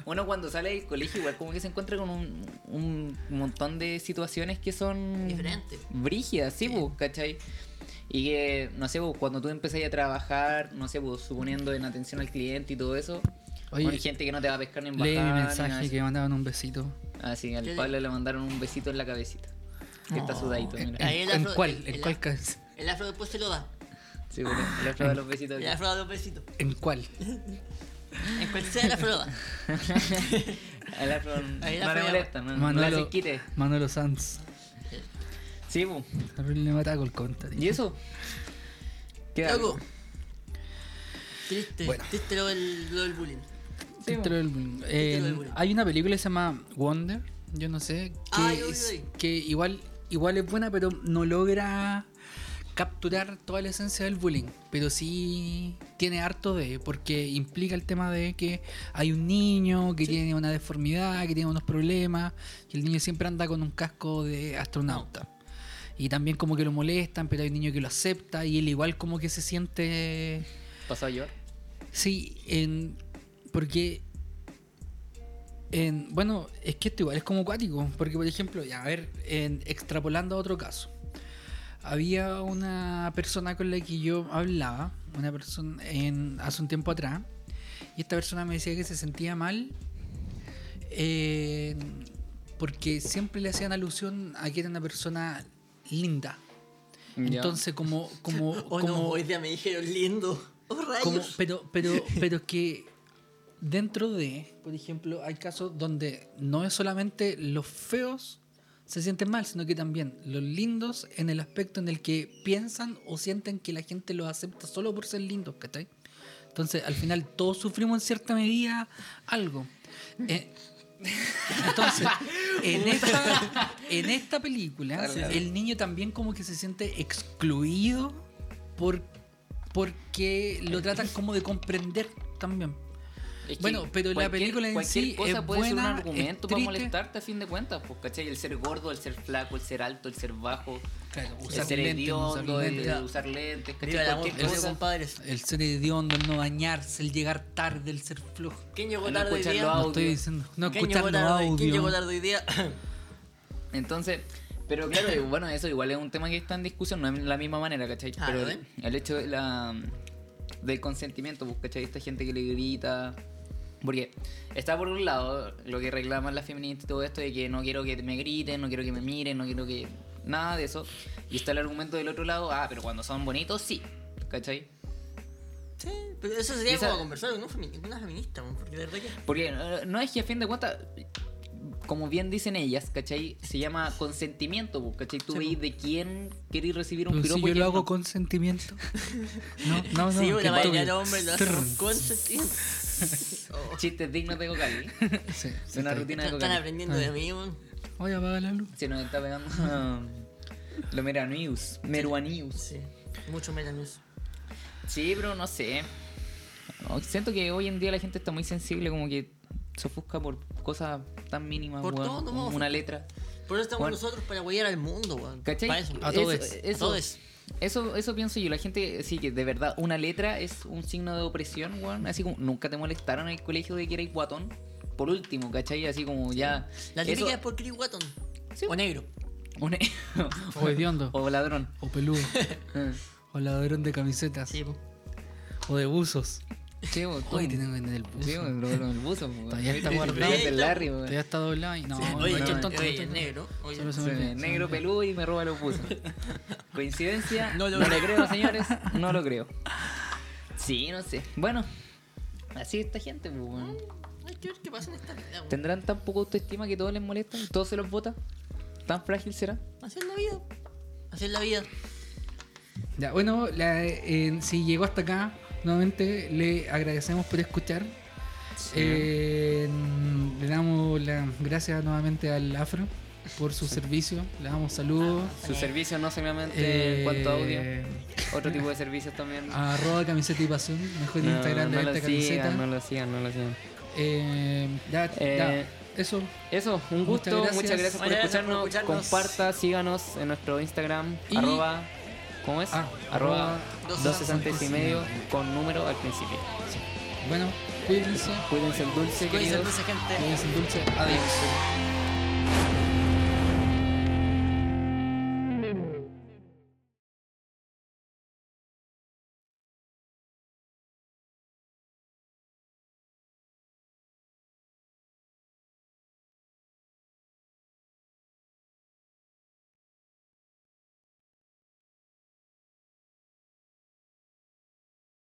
S2: Uno cuando sale del colegio igual como que se encuentra con un, un montón de situaciones que son...
S3: Diferente.
S2: Brígidas, sí, pues, ¿cachai? Y que, no sé, pues, cuando tú empezás a trabajar, no sé, pues, suponiendo en atención al cliente y todo eso,
S1: Oye,
S2: bueno, hay gente que no te va a pescar ni en
S1: Leí mi
S2: bajada, ni nada
S1: mensaje que mandaban un besito.
S2: Así, Así,
S3: ¿Qué
S2: al
S3: le-
S2: Pablo le mandaron un besito en la cabecita. Que está
S3: Oh.
S2: sudadito,
S1: ¿En,
S2: mira.
S3: Ahí el
S1: en
S3: afro-
S1: cuál?
S3: el-
S1: ¿En
S3: el
S1: cuál?
S3: a-
S1: cas-
S3: El afro después se lo da.
S2: Sí, pues, le- le prueba los besitos.
S3: El
S2: aquí.
S3: afro da dos besitos.
S1: ¿En cuál?
S3: En cual sea el afro lo da.
S2: Al afro
S3: Ahí la
S2: no le
S3: fue-
S2: molesta, no, no le
S1: Manolo,
S2: hacen quite.
S1: Manolo Sanz.
S2: Sí, pues.
S1: También le mata el conta.
S2: ¿Y eso? ¿Qué
S3: Loco.
S2: algo?
S3: Triste,
S1: Bueno.
S3: triste lo del, lo del bullying.
S2: Sí,
S1: Título del- eh,
S3: Título del bullying.
S1: hay una película que se llama Wonder, yo no sé, que,
S3: Ah, yo vi,
S1: es-
S3: yo vi.
S1: que igual, igual es buena, pero no logra capturar toda la esencia del bullying. Pero sí tiene harto de, porque implica el tema de que hay un niño que tiene una deformidad, que tiene unos problemas, y el niño siempre anda con un casco de astronauta. Y también como que lo molestan, pero hay un niño que lo acepta y él igual como que se siente...
S2: ¿Pasó a llorar?
S1: Sí, en, porque. En, bueno, es que esto igual es como cuático. Porque, por ejemplo, ya, a ver, en, extrapolando a otro caso. Había una persona con la que yo hablaba, una persona en, hace un tiempo atrás, y esta persona me decía que se sentía mal eh, porque siempre le hacían alusión a que era una persona linda.
S2: Ya.
S1: Entonces, como, como,
S3: Oh no,
S1: como,
S3: hoy día me dijeron lindo. Oh
S1: como-
S3: rayos.
S1: pero, pero, pero es que dentro de, por ejemplo, hay casos donde no es solamente los feos se sienten mal, sino que también los lindos en el aspecto en el que piensan o sienten que la gente los acepta solo por ser lindos, ¿cachai? Entonces, al final, todos sufrimos en cierta medida algo. Eh, entonces, en esta, en esta película, el niño también como que se siente excluido por, porque lo tratan como de comprender también.
S2: Es que
S1: Bueno, pero la
S2: cualquier-
S1: película en
S2: cualquier
S1: sí
S2: cosa
S1: es
S2: puede ser
S1: buena,
S2: un
S1: es
S2: argumento para
S1: triste.
S2: molestarte a fin de cuentas, pues, ¿cachai? El ser gordo, el ser flaco, el ser alto, el ser bajo,
S1: Claro,
S2: el ser hediondo, el
S1: lentes.
S2: usar lentes, ¿cachai?
S3: Viva el amor,
S2: cualquier
S3: no sé,
S2: cosa.
S3: compadres.
S1: El ser hediondo, el no bañarse, el llegar tarde, el ser flojo.
S3: ¿Quién llegó
S2: No
S3: tarde hoy
S2: escuchar
S3: día?
S2: los
S1: No
S2: Audio.
S1: estoy diciendo, no
S3: ¿Quién llegó
S1: escuchar
S3: tarde hoy- ¿Quién
S1: audio.
S3: llegó tarde hoy día?
S2: Entonces, pero claro, eh, bueno, eso igual es un tema que está en discusión, no es la misma manera, ¿cachai?
S3: Ah,
S2: pero
S3: ¿lo ven?
S2: el hecho de la, del consentimiento, pues, ¿cachai? Esta gente que le grita. Porque está por un lado lo que reclaman las feministas y todo esto de que no quiero que me griten, no quiero que me miren, no quiero que. nada de eso. Y está el argumento del otro lado, ah, pero cuando son bonitos, sí, ¿cachai?
S3: Sí, pero eso sería
S2: Esa-
S3: como conversar con un femi- con una feminista, man, porque de verdad que.
S2: Porque eh, no es que a fin de cuentas, como bien dicen ellas, ¿cachai? Se llama consentimiento, pues, ¿cachai? Tú
S3: Sí,
S2: veis
S3: pues.
S2: de quién querés recibir un
S1: Pero
S2: piropo.
S1: si yo
S2: y quién
S1: lo hago
S2: no.
S1: con sentimiento. No, no, no.
S3: sí,
S1: qué pato.
S3: la mayoría de los hombres lo hacen
S1: Trrr.
S3: con sentido. Oh,
S2: Chistes dignos de Cocali.
S1: Sí,
S2: Es
S1: sí, está
S2: una
S1: bien.
S2: rutina de
S3: Están
S2: Cocali.
S3: aprendiendo de mí, man.
S1: Oye, apaga la luz.
S2: Se nos está pegando lo Meranews. Meruanews.
S3: Sí, mucho menos.
S2: Sí, pero no sé. No, siento que hoy en día la gente está muy sensible, como que se ofusca por cosas tan mínimas.
S3: Por
S2: weón.
S3: todo, no me
S2: una
S3: ofusco.
S2: letra.
S3: Por eso estamos
S2: Bueno.
S3: nosotros para guiar al mundo, weón.
S2: ¿Cachai?
S3: Para eso.
S1: A todos.
S2: Eso,
S3: A todos.
S2: eso, eso pienso yo. La gente, sí, que de verdad, una letra es un signo de opresión, weón. Así como, nunca te molestaron en el colegio de que erais guatón. Por último, ¿cachai? Así como ya.
S3: La
S2: eso-
S3: típica es por Chris Watton.
S2: Sí.
S3: O negro.
S2: un- e-
S1: O hediondo.
S2: o ladrón.
S1: O peludo.
S2: Eh,
S1: O ladrón de camisetas.
S3: Sí, po.
S1: O de buzos.
S2: Sí, weón, tú-
S1: Hoy tienen en el buzo.
S2: Sí, weón, lo- lo- el buzo, weón.
S1: Todavía está
S2: El
S1: guardado.
S2: del Larry, weón.
S1: Todavía está doblado y no.
S3: Sí,
S1: no, no,
S3: oye, yo-
S1: tonto,
S3: oye,
S1: tonto.
S3: negro. oye.
S1: Solo se
S2: Sí,
S1: me olvida.
S2: negro peludo y me roba los buzos. ¿Coincidencia?
S3: No
S2: No
S3: lo
S2: lo, creo, señores. No lo creo. Sí, no sé. Bueno, así esta gente, pues, weón.
S3: Hay que ver qué pasa en esta vida, weón.
S2: ¿Tendrán tan poco autoestima que todo les molesta? ¿Todo se los bota? ¿Tan frágil será?
S3: Hacer la vida. Hacer la vida.
S1: Ya, bueno, la- eh, si llegó hasta acá, nuevamente le agradecemos por escuchar. Eh, le damos las gracias nuevamente al Afro por su servicio. Le damos saludos.
S2: Sus servicios no solamente en
S1: Eh,
S2: cuanto a audio, otro tipo de servicios también.
S1: Arroba camiseta y pasión, mejor
S2: No,
S1: Instagram de
S2: no
S1: esta
S2: lo
S1: camiseta.
S2: sigan, no lo sigan, no lo sigan.
S1: Eh, ya,
S2: Eh,
S1: ya, eso.
S2: Eso, un gusto,
S1: Muchas gracias.
S2: muchas gracias, por,
S3: Muchas gracias
S2: escucharnos.
S3: por escucharnos.
S2: Comparta, síganos en nuestro Instagram,
S1: Y-
S2: arroba, ¿cómo es?
S1: Ah,
S2: arroba
S1: arroba
S2: 260 y medio con número al principio.
S1: Bueno, cuídense,
S2: Cuídense el dulce,
S3: Cuídense,
S2: queridos.
S3: entonces, gente.
S1: cuídense dulce. Adiós.
S2: Adiós.